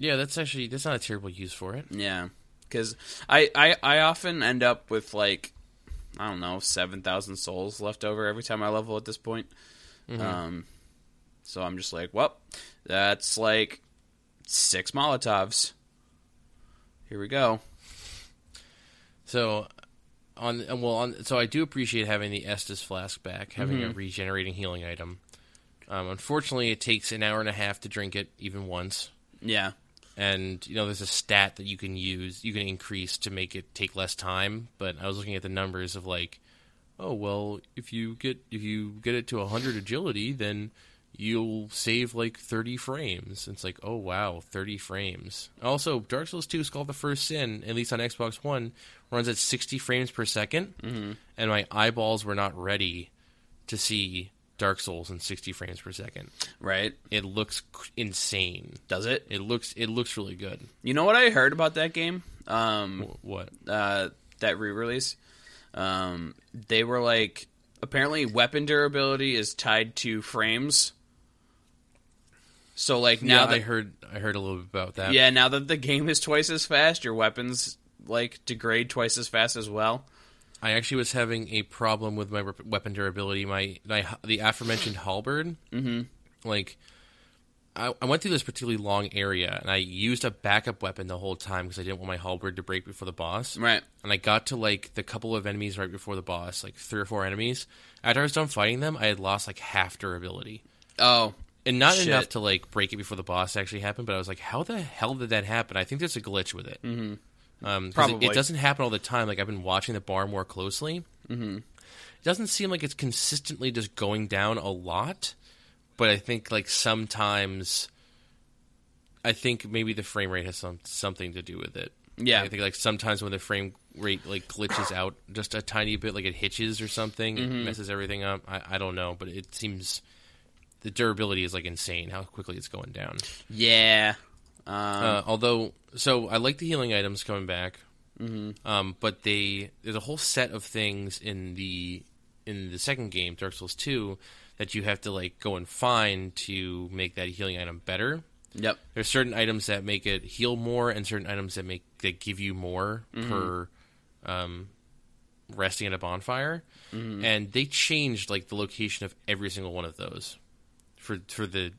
B: Yeah, that's actually that's not a terrible use for it.
A: Yeah, because I, I I often end up with like I don't know seven thousand souls left over every time I level at this point. Um, so I'm just like, well, that's like six Molotovs. Here we go.
B: So on and well on so I do appreciate having the Estus flask back, having a regenerating healing item. Um, unfortunately, it takes an hour and a half to drink it even once,
A: Yeah,
B: and you know there's a stat that you can use, you can increase to make it take less time. But I was looking at the numbers of like, oh well, if you get if you get it to 100 agility, then you'll save like 30 frames. It's like, oh wow, 30 frames. Also, Dark Souls 2 Skull of the First Sin, at least on Xbox One, runs at 60 frames per 2nd and my eyeballs were not ready to see Dark Souls in 60 frames per second.
A: right.
B: It looks c- insane.
A: Does it?
B: It looks it looks really good.
A: You know what I heard about that game? Um,
B: Wh- What?
A: uh, that re-release, um, they were like apparently weapon durability is tied to frames. So like now
B: Now
A: that
B: I heard I heard a little bit about that.
A: yeah, now that the game is twice as fast, your weapons like degrade twice as fast as well.
B: I actually was having a problem with my rep- weapon durability. My, my the aforementioned halberd, mm-hmm. like I, I went through this particularly long area, and I used a backup weapon the whole time because I didn't want my halberd to break before the boss.
A: Right.
B: And I got to like the couple of enemies right before the boss, like three or four enemies. After I was done fighting them, I had lost like half durability,
A: Oh,
B: and not
A: Shit.
B: enough to like break it before the boss actually happened. But I was like, how the hell did that happen? I think there's a glitch with it. Mm-hmm. Um, 'cause it-
A: Probably.
B: it doesn't happen all the time. Like I've been watching the bar more closely. Mm-hmm. It doesn't seem like it's consistently just going down a lot, but I think like sometimes, I think maybe the frame rate has some something to do with it.
A: Yeah.
B: I think like sometimes when the frame rate like glitches out just a tiny bit, like it hitches or something, it messes everything up. I, I don't know, but it seems the durability is like insane how quickly it's going down.
A: yeah. Um,
B: Uh, although, so I like the healing items coming back, um, but they there's a whole set of things in the in the second game, Dark Souls Two, that you have to like go and find to make that healing item better.
A: yep.
B: There's certain items that make it heal more, and certain items that make that give you more
A: Mm-hmm.
B: per um, resting at a bonfire.
A: Mm-hmm.
B: And they changed like the location of every single one of those for for the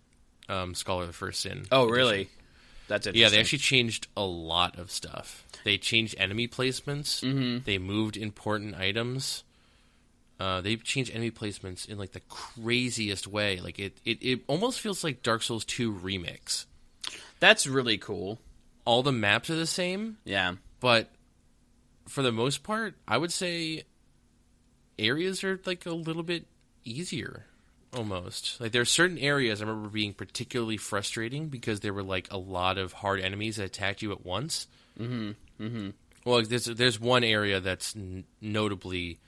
B: um, Scholar of the First Sin.
A: Oh,
B: edition.
A: really? That's it.
B: Yeah, they actually changed a lot of stuff. They changed enemy placements.
A: Mm-hmm.
B: They moved important items. Uh, they changed enemy placements in like the craziest way. Like it, it, it almost feels like Dark Souls Two remix.
A: That's really cool.
B: All the maps are the same,
A: Yeah.
B: but for the most part, I would say areas are like a little bit easier almost. Like there are certain areas I remember being particularly frustrating because there were like a lot of hard enemies that attacked you at once. Mm-hmm. Mm-hmm. Well, there's there's one area that's n- notably,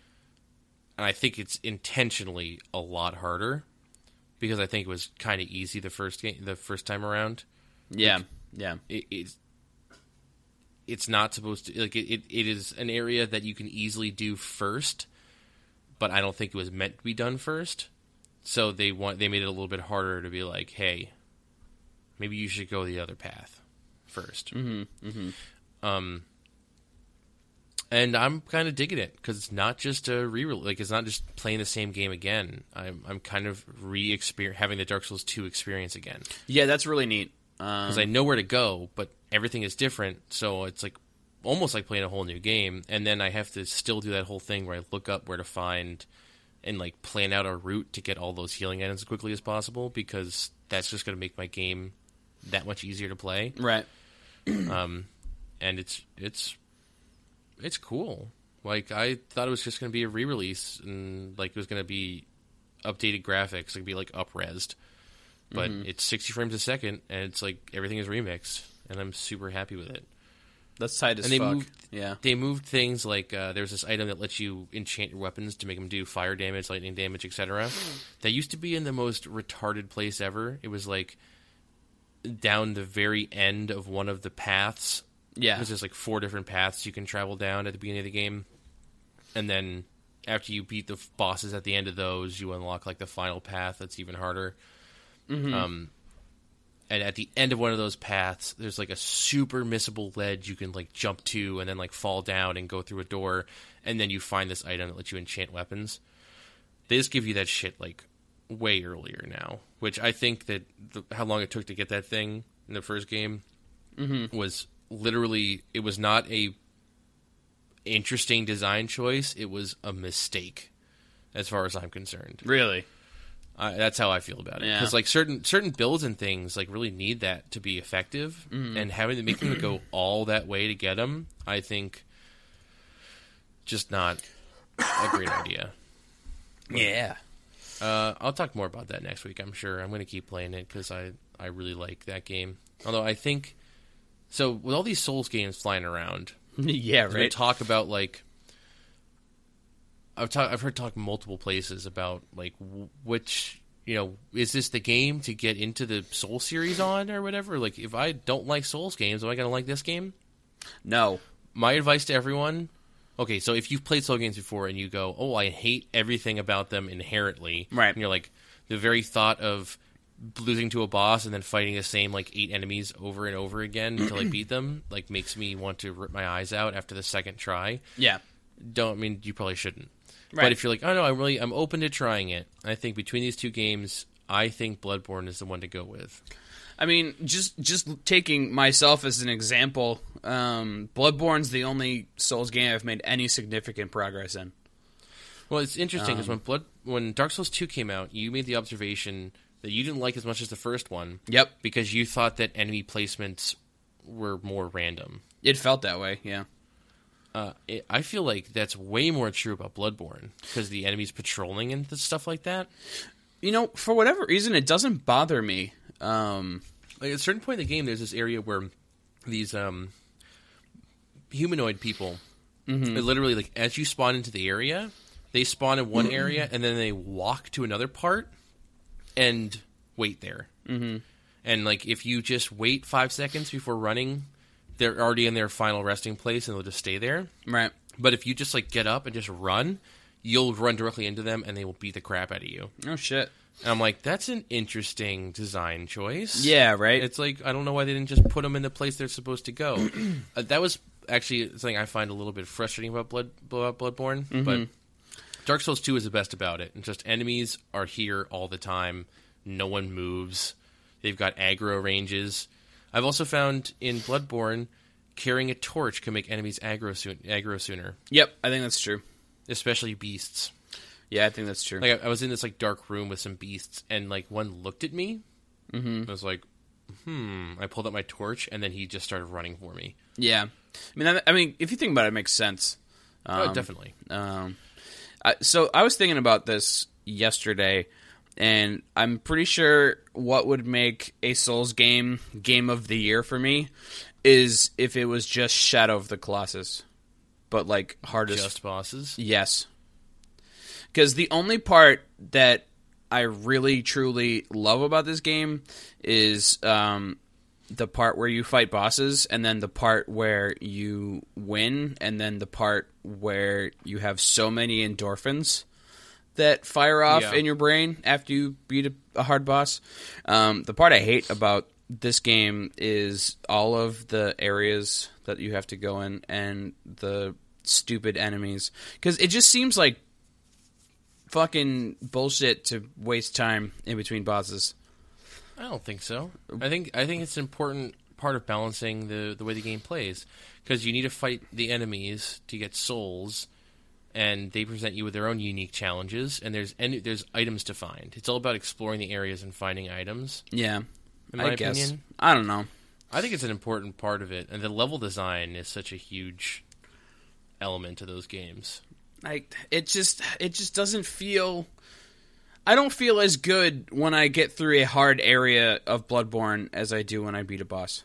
B: and I think it's intentionally a lot harder because I think it was kind of easy the first game, the first time around
A: Yeah. Yeah.
B: it, it's it's not supposed to like it, it, it is an area that you can easily do first but i don't think it was meant to be done first so they want they made it a little bit harder to be like hey maybe you should go the other path 1st mm-hmm. Mm-hmm. um and i'm kind of digging it because it's not just a re like it's not just playing the same game again i'm, I'm kind of re having the dark souls 2 experience again
A: Yeah, that's really neat. Um,
B: because I know where to go, but everything is different. So it's like almost like playing a whole new game, and then I have to still do that whole thing where I look up where to find and like plan out a route to get all those healing items as quickly as possible because that's just going to make my game that much easier to play.
A: right.
B: And it's it's it's cool. Like I thought it was just going to be a re-release and like it was going to be updated graphics, like be like upresed. But it's 60 frames a second and it's like everything is remixed and I'm super happy with it.
A: That's tight as
B: And they
A: fuck.
B: moved-
A: yeah.
B: They moved things like uh, there's this item that lets you enchant your weapons to make them do fire damage, lightning damage, etc. That used to be in the most retarded place ever. It was like down the very end of one of the paths.
A: Yeah.
B: There's just like four different paths you can travel down at the beginning of the game, and then after you beat the f- bosses at the end of those, you unlock like the final path that's even harder. Um, and at the end of one of those paths there's like a super missable ledge you can like jump to and then like fall down and go through a door and then you find this item that lets you enchant weapons they just give you that shit like way earlier now which i think that the, how long it took to get that thing in the first game was literally it was not a interesting design choice it was a mistake as far as i'm concerned
A: Really.
B: I, that's how I feel about it.
A: Yeah.
B: Because like certain certain builds and things like really need that to be effective, and having to make them go all that way to get them, I think, just not a great idea.
A: Yeah.
B: Uh, I'll talk more about that next week. I'm sure I'm going to keep playing it because I I really like that game. Although I think so with all these Souls games flying around,
A: <laughs> yeah.
B: they
A: Right.
B: talk about like I've talk, I've heard talk multiple places about like w- which you know is this the game to get into the Soul series on or whatever. Like if I don't like Souls games, am I gonna like this game?
A: No.
B: My advice to everyone. Okay, so if you've played Soul games before and you go, oh, I hate everything about them inherently,
A: Right.
B: And you're like the very thought of losing to a boss and then fighting the same like eight enemies over and
A: <clears throat>
B: over again until I beat them like makes me want to rip my eyes out after the second try
A: Yeah.
B: don't I mean you probably shouldn't.
A: Right.
B: But if you're like, oh no, I'm really I'm open to trying it. I think between these two games, I think Bloodborne is the one to go with.
A: I mean, just just taking myself as an example, um, Bloodborne's the only Souls game I've made any significant progress in.
B: Well, it's interesting because when Blood when Dark Souls two came out, you made the observation that you didn't like as much as the first one.
A: Yep,
B: Because you thought that enemy placements were more random.
A: it felt that way. Yeah,
B: Uh, it, I feel like that's way more true about Bloodborne because the enemies patrolling and th- stuff like that.
A: you know, for whatever reason, it doesn't bother me. Um,
B: like at a certain point in the game there's this area where these um humanoid people they literally like as you spawn into the area they spawn in one area and then they walk to another part and wait there mm-hmm. and like if you just wait five seconds before running they're already in their final resting place and they'll just stay there
A: right.
B: but if you just like get up and just run you'll run directly into them and they will beat the crap out of you
A: Oh shit.
B: and i'm like that's an interesting design choice
A: Yeah. Right.
B: it's like I don't know why they didn't just put them in the place they're supposed to go. uh, that was actually something I find a little bit frustrating about Blood about Bloodborne, but Dark Souls Two is the best about it. And just enemies are here all the time. No one moves. They've got aggro ranges. I've also found in Bloodborne, carrying a torch can make enemies aggro soon, aggro sooner,
A: yep. I think that's true.
B: especially beasts.
A: Yeah, I think that's true.
B: Like I, I was in this like dark room with some beasts, and like one looked at me. Mm-hmm. I was like, "Hmm." I pulled out my torch, and then he just started running for me.
A: yeah. I mean, I, I mean, if you think about it, it makes sense.
B: Oh,
A: Um,
B: definitely.
A: Um, I, so I was thinking about this yesterday, and I'm pretty sure what would make a Souls game game of the year for me is if it was just Shadow of the Colossus, but like hardest.
B: Just bosses.
A: Yes, because the only part that I really truly love about this game is um, the part where you fight bosses, and then the part where you win, and then the part where you have so many endorphins that fire off
B: Yeah.
A: in your brain after you beat a, a hard boss. Um, the part I hate about this game is all of the areas that you have to go in and the stupid enemies because it just seems like fucking bullshit to waste time in between bosses.
B: I don't think so. I think I think it's an important part of balancing the the way the game plays because you need to fight the enemies to get souls, and they present you with their own unique challenges. And there's any, there's items to find. It's all about exploring the areas and finding items.
A: Yeah,
B: In
A: I
B: my
A: guess
B: opinion.
A: I don't know.
B: I think it's an important part of it, and the level design is such a huge element to those games.
A: Like it just it just doesn't feel. I don't feel as good when I get through a hard area of Bloodborne as I do when I beat a boss.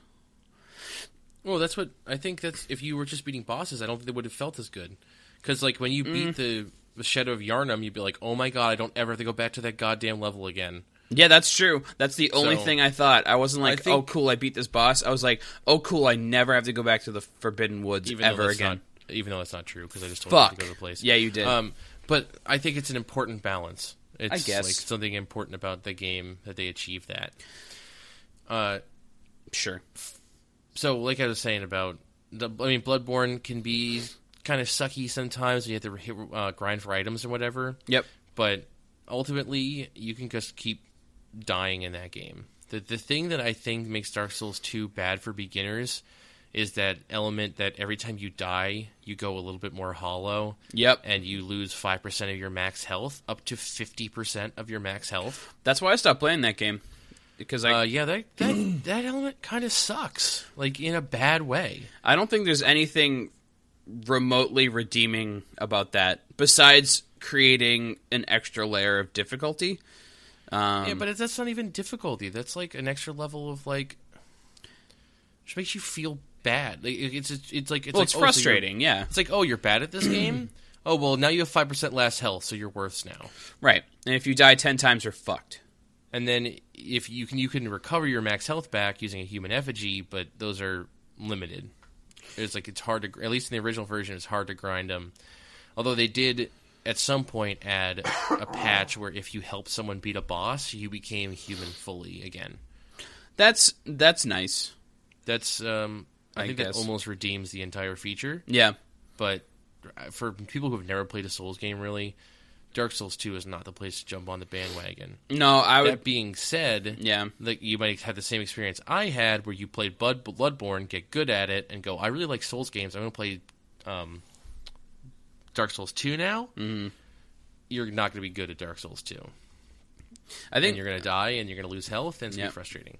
B: Well, that's what I think. That's if you were just beating bosses, I don't think they would have felt as good. Because like when you beat the, the Shadow of Yarnum, you'd be like, "Oh my god, I don't ever have to go back to that goddamn level again."
A: Yeah, that's true. That's the only
B: So-
A: thing I thought. I wasn't like,
B: I think-
A: "Oh, cool, I beat this boss." I was like, "Oh, cool, I never have to go back to the Forbidden Woods
B: Even though
A: ever
B: that's
A: again."
B: not, even though that's not true, because I just told you
A: Fuck.
B: to go to the place.
A: Yeah, you did.
B: Um, but I think it's an important balance. It's
A: guess.
B: like something important about the game that they achieve that. Uh,
A: Sure.
B: so like I was saying about the, I mean, Bloodborne can be kind of sucky sometimes. You have to hit, uh, grind for items or whatever.
A: Yep.
B: but ultimately you can just keep dying in that game. The the thing that I think makes Dark Souls 2 bad for beginners is that element that every time you die, you go a little bit more hollow
A: Yep.
B: and you lose 5% of your max health up to 50% of your max health.
A: That's why I stopped playing that game because I
B: Uh, yeah, that that, that element kind of sucks like in a bad way.
A: I don't think there's anything remotely redeeming about that besides creating an extra layer of difficulty. Um,
B: yeah, but it- that's not even difficulty. That's like an extra level of like which makes you feel bad. Like it- it's it's, it's like it's
A: well,
B: like,
A: it's
B: oh, so you're-
A: frustrating. yeah,
B: It's like, oh, you're bad at
A: <clears throat>
B: this game. oh well, now you have five percent less health, so you're worse now.
A: right. And if you die ten times, you're fucked.
B: And then if you can, you can recover your max health back using a human effigy, but those are limited. It's like it's hard to, at least in the original version, it's hard to grind them. Although they did at some point add a patch where if you help someone beat a boss, you became human fully again.
A: That's that's nice.
B: That's um, I,
A: I
B: think
A: guess.
B: that almost redeems the entire feature.
A: Yeah,
B: but for people who have never played a Souls game, really, Dark Souls Two is not the place to jump on the bandwagon.
A: No, I would.
B: That being said,
A: Yeah.
B: like you might have the same experience I had, where you played Blood Bloodborne, get good at it, and go, I really like Souls games. I'm going to play um, Dark Souls Two now. Mm-hmm. You're not going to be good at Dark Souls Two,
A: I
B: and
A: think
B: you're going to die, and you're going to lose health, and it's going
A: Yeah.
B: to be frustrating.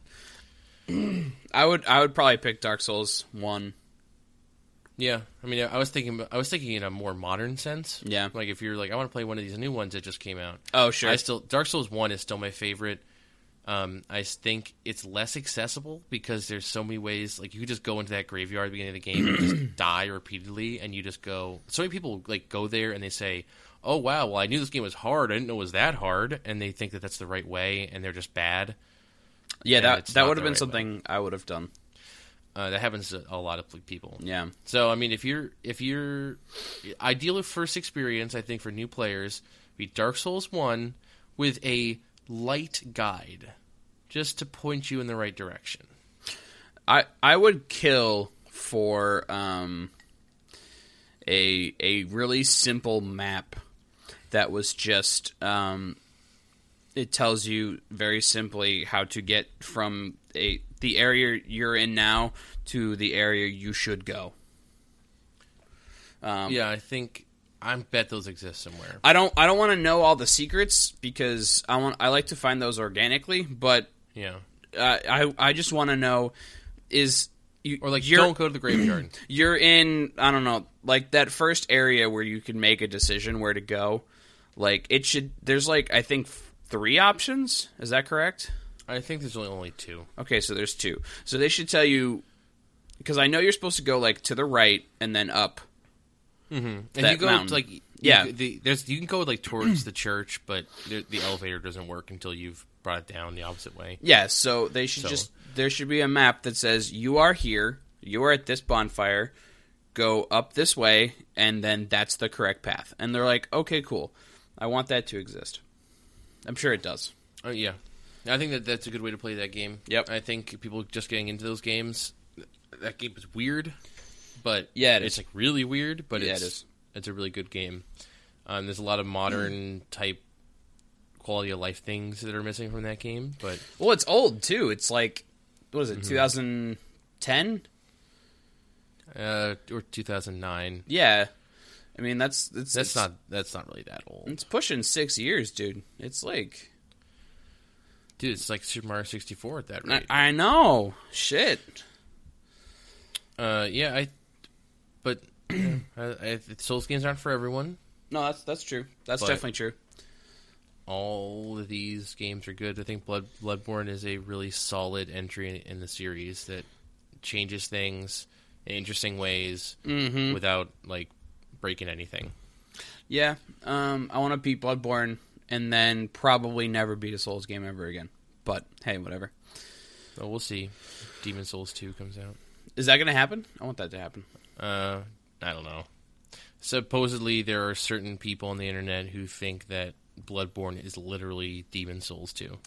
A: I would. I would probably pick Dark Souls one.
B: Yeah, I mean, I was thinking, I was thinking in a more modern sense.
A: Yeah.
B: like if you're like, I want to play one of these new ones that just came out.
A: Oh sure.
B: I still Dark Souls One is still my favorite. Um, I s- think it's less accessible because there's so many ways. Like you could just go into that graveyard at the beginning of the game and just die repeatedly, and you just go. So many people like go there and they say, "Oh wow, well I knew this game was hard. I didn't know it was that hard," and they think that that's the right way, and they're just bad.
A: yeah,
B: yeah,
A: that
B: it's
A: that
B: not
A: would have
B: the
A: been
B: right
A: something I would have done.
B: Uh, that happens to a lot of people.
A: Yeah.
B: So I mean, if you're if you're ideal first experience, I think for new players, be Dark Souls one with a light guide, just to point you in the right direction.
A: I I would kill for um a a really simple map that was just um it tells you very simply how to get from a the area you're in now to the area you should go. Um,
B: yeah, I think I bet those exist somewhere.
A: I don't I don't want to know all the secrets because I want I like to find those organically, but
B: yeah,
A: uh, I I just want to know is you,
B: or like
A: you're-
B: don't go to the graveyard.
A: you're in I don't know, like that first area where you can make a decision where to go. Like it should there's like I think f- three options, is that correct?
B: I think there's only only two.
A: Okay, so there's two. So they should tell you cuz I know you're supposed to go like to the right and then up.
B: And
A: That
B: you go
A: mountain.
B: like you-
A: Yeah.
B: the, there's you can go like towards the church, but the, the elevator doesn't work until you've brought it down the opposite way.
A: Yeah, so they should
B: So-
A: just there should be a map that says you are here, you are at this bonfire, go up this way and then that's the correct path. And they're like, "Okay, cool. I want that to exist." I'm sure it does.
B: Oh yeah, I think that that's a good way to play that game.
A: Yep.
B: I think people just getting into those games. th- That game is weird, but
A: Yeah, it
B: it's
A: is.
B: like really weird. But
A: Yeah,
B: it's,
A: it is.
B: It's a really good game. Um, there's a lot of modern type quality of life things that are missing from that game, but
A: Well, it's old too. It's like what is it,
B: Mm-hmm.
A: 2010?
B: uh, or 2009.
A: Yeah. I mean, that's it's,
B: That's
A: it's-
B: not that's not really that old,
A: It's pushing six years, dude. It's like
B: dude. It's like Super Mario 64 at that
A: I,
B: rate.
A: I know shit.
B: Uh, yeah, I. But <clears throat> yeah, I, I, Souls games aren't for everyone.
A: No, that's that's true. That's
B: But-
A: definitely true.
B: all of these games are good. I think Blood Bloodborne is a really solid entry in, in the series that changes things in interesting ways without like breaking anything.
A: Yeah. Um, I want to beat Bloodborne and then probably never beat a Souls game ever again. But hey, whatever.
B: But we'll see. Demon Souls two comes out.
A: Is that gonna happen? I want that to happen.
B: Uh, I don't know. Supposedly, there are certain people on the internet who think that Bloodborne is literally Demon Souls two,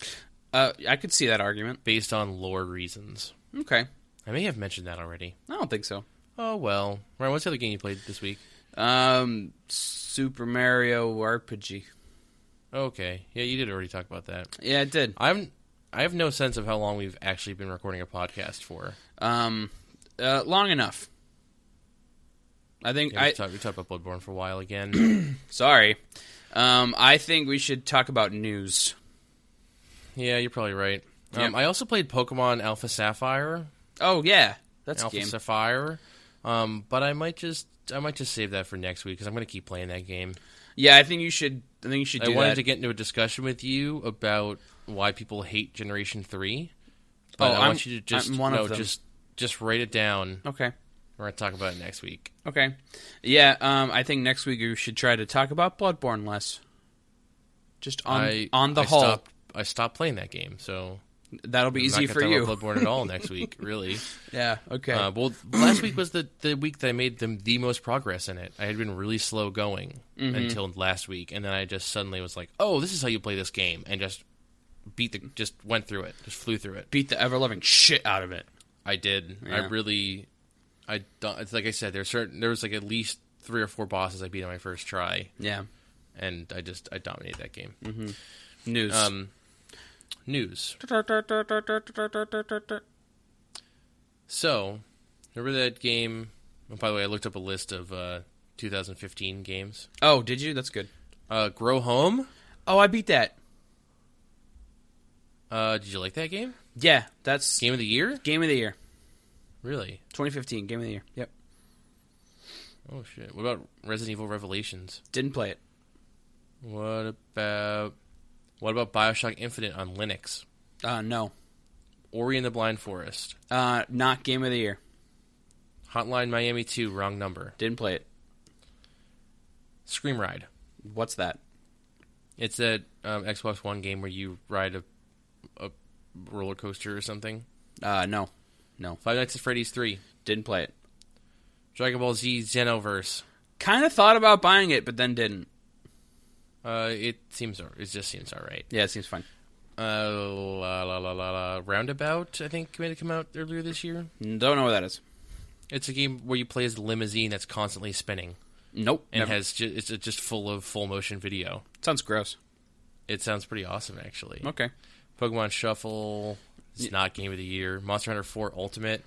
A: Uh, I could see that argument.
B: based on lore reasons.
A: Okay.
B: I may have mentioned that already.
A: I don't think so.
B: Oh well. Ryan, what's the other game you played this week?
A: Um, Super Mario RPG.
B: Okay. Yeah, you did already talk about that.
A: Yeah, it did.
B: I'm I have no sense of how long we've actually been recording a podcast for.
A: Um, uh, long enough. I think
B: Yeah, we,
A: I.
B: talked, we talked about Bloodborne for a
A: <clears throat>
B: while again.
A: sorry. Um, I think we should talk about news.
B: yeah, you're probably right. Um,
A: Yep.
B: I also played Pokemon Alpha Sapphire,
A: Oh yeah, that's a
B: Alpha
A: game.
B: Sapphire, um, but I might just I might just save that for next week because I'm going to keep playing that game.
A: yeah, I think you should. I think you should.
B: I
A: Do
B: wanted
A: that.
B: to get into a discussion with you about why people hate Generation Three.
A: Oh,
B: But I
A: I'm-
B: want you to just
A: I'm one
B: no,
A: of them.
B: just just write it down.
A: Okay.
B: We're going to talk about it next week.
A: Okay. Yeah. Um, I think next week we should try to talk about Bloodborne less. Just on
B: I
A: on the
B: I
A: whole,
B: stopped, I stopped playing that game, so
A: that'll be
B: I'm
A: easy
B: not
A: for
B: gonna
A: you.
B: talk about Bloodborne at all
A: <laughs>
B: next week, really.
A: Yeah. Okay.
B: Uh, well, last week was the, the week that I made the, the most progress in it. I had been really slow going
A: Mm-hmm.
B: until last week, and then I just suddenly was like, "Oh, this is how you play this game," and just beat the just went through it, just flew through it.
A: Beat the ever loving shit out of it.
B: I did. I
A: Yeah.
B: really, I don't- it's like I said, there's certain there was like at least three or four bosses I beat on my first try,
A: Yeah.
B: and I just I dominated that game.
A: Mm. News.
B: Um, news. So, remember that game? Oh, by the way, I looked up a list of uh, 2015 games.
A: oh, did you? That's good.
B: Uh, Grow Home.
A: Oh, I beat that.
B: Uh, did you like that game?
A: Yeah, that's
B: Game of the year?
A: game of the year,
B: Really?
A: 2015 game of the year. Yep.
B: Oh shit. What about Resident Evil Revelations?
A: Didn't play it.
B: What about what about Bioshock Infinite on Linux?
A: Uh, no.
B: Ori and the Blind Forest.
A: Uh, not game of the year.
B: Hotline Miami 2, wrong number.
A: Didn't play it.
B: Scream Ride.
A: What's that?
B: It's that um, Xbox One game where you ride a, a roller coaster or something.
A: Uh, no. No.
B: Five Nights at Freddy's 3.
A: Didn't play it.
B: Dragon Ball Z Xenoverse.
A: Kind of thought about buying it, but then didn't.
B: Uh, it seems al- it just seems all right.
A: Yeah, it seems fun.
B: Uh, la la la la la. Roundabout, I think, may have come out earlier this year.
A: Don't know what that is.
B: It's a game where you play as a limousine that's constantly spinning
A: Nope.
B: and
A: never.
B: has ju- it's just full of full motion video.
A: Sounds gross.
B: It sounds pretty awesome, actually.
A: Okay.
B: Pokemon Shuffle. It's not game of the year. Monster Hunter 4 Ultimate.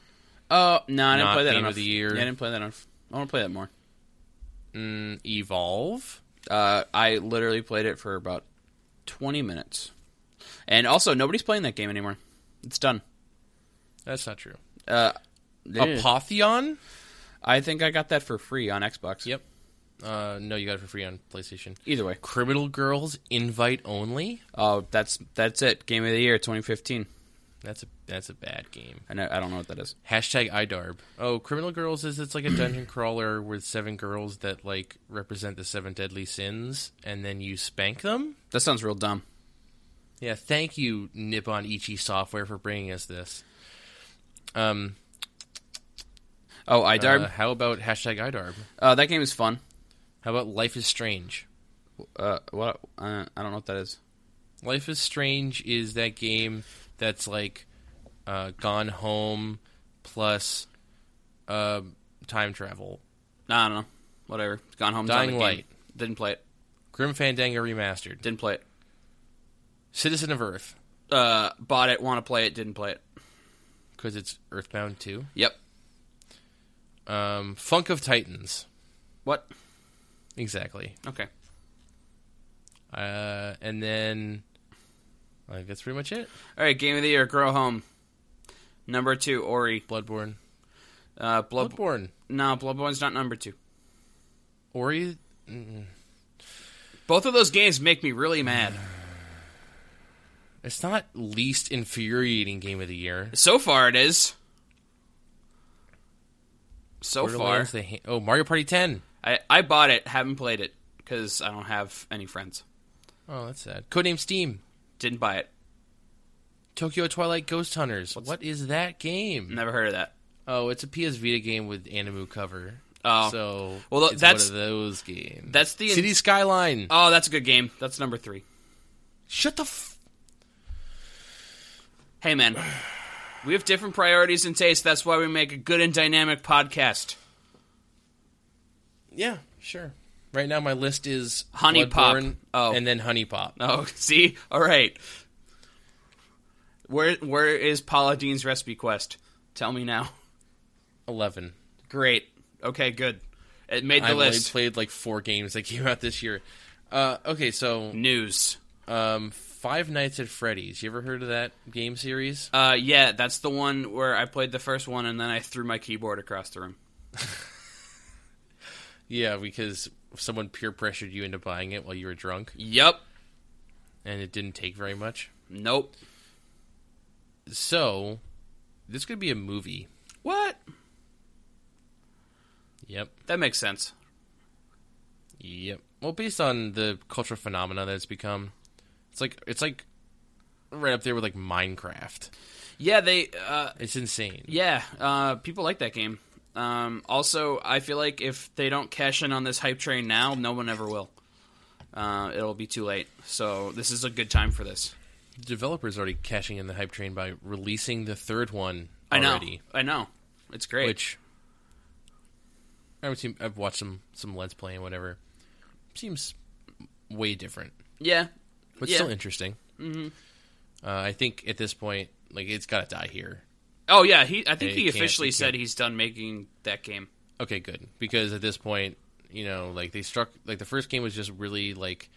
A: Oh no, I didn't
B: Not
A: play that
B: game of
A: enough.
B: the year.
A: Yeah, I didn't play that enough. I want to play that more.
B: Mm, Evolve.
A: Uh, I literally played it for about twenty minutes, and also nobody's playing that game anymore. It's done.
B: That's not true.
A: Uh,
B: Apotheon.
A: I think I got that for free on Xbox.
B: Yep. Uh, no, you got it for free on PlayStation.
A: Either way,
B: Criminal Girls invite only.
A: oh, that's that's it. Game of the year, 2015.
B: That's a that's a bad game.
A: I know, I don't know what that is.
B: Hashtag idarb. Oh, Criminal Girls is it's like a dungeon crawler with seven girls that like represent the seven deadly sins, and then you spank them.
A: That sounds real dumb.
B: Yeah, thank you, Nippon Ichi Software, for bringing us this. Um,
A: Oh,
B: uh,
A: iDarb.
B: how about hashtag idarb?
A: Uh, that game is fun.
B: How about Life is Strange?
A: Uh, what? Uh, I don't know what that is.
B: Life is Strange is that game that's like uh, Gone Home plus um time travel.
A: Nah, I don't know. Whatever. Gone home. it's not
B: Dying
A: a game.
B: Light.
A: Didn't play it.
B: Grim Fandango remastered.
A: Didn't play it.
B: Citizen of Earth
A: Uh, bought it. Want to play it. Didn't play it.
B: because it's Earthbound 2.
A: Yep.
B: Um, Funk of Titans.
A: What?
B: Exactly.
A: Okay.
B: Uh, and then I think that's pretty much it.
A: All right, game of the year, Grow Home. Number two, Ori.
B: Bloodborne.
A: Uh, Blood.
B: Bloodborne.
A: No, Bloodborne's not number two.
B: Ori.
A: Both of those games make me really mad
B: It's not least infuriating game of the year.
A: so far. It is. So far,
B: Borderlands, they ha- oh, Mario Party 10.
A: I I bought it, haven't played it because I don't have any friends.
B: Oh, that's sad. Codename Steam.
A: Didn't buy it.
B: Tokyo Twilight Ghost Hunters. What is that game?
A: Never heard of that.
B: Oh, it's a PS Vita game with animu cover.
A: Oh.
B: so
A: Well, tho-
B: it's
A: that's-
B: one of those games.
A: that's the-
B: City Skyline.
A: Oh, that's a good game. That's number three.
B: Shut the. F-
A: Hey, man, we have different priorities and tastes. That's why we make a good and dynamic podcast.
B: yeah, sure. Right now, my list is
A: Honey Pop.
B: Bloodborne
A: Oh.
B: and then Honey Pop.
A: Oh, <laughs> see, all right. Where where is Paula Dean's recipe quest? Tell me now.
B: Eleven.
A: Great. Okay, good. It made the
B: I've only
A: list.
B: played like four games that <laughs> came out this year. Uh, okay, so
A: News.
B: um, Five Nights at Freddy's. You ever heard of that game series?
A: Uh, yeah, that's the one where I played the first one and then I threw my keyboard across the room.
B: Yeah, because someone peer pressured you into buying it while you were drunk,
A: Yep.
B: and it didn't take very much.
A: Nope.
B: So, this could be a movie.
A: What?
B: Yep.
A: That makes sense.
B: Yep. Well, based on the cultural phenomena that it's become, it's like it's like right up there with like Minecraft.
A: Yeah, they. Uh,
B: It's insane.
A: yeah. Uh, people like that game. Um, also, I feel like if they don't cash in on this hype train now, no one ever will. Uh, it'll be too late. So this is a good time for this.
B: The developers already cashing in the hype train by releasing the third one
A: I know.
B: already,
A: I know. It's great.
B: which I've seen, I've watched some some Let's Play and whatever. Seems way different,
A: Yeah.
B: but
A: Yeah.
B: still interesting. Mm-hmm. Uh, I think at this point, like it's got to die here.
A: Oh yeah, he. I think
B: Yeah,
A: he
B: you can't-
A: officially
B: you
A: said
B: can't.
A: he's done making that game.
B: Okay, good because at this point, you know, like they struck like the first game was just really like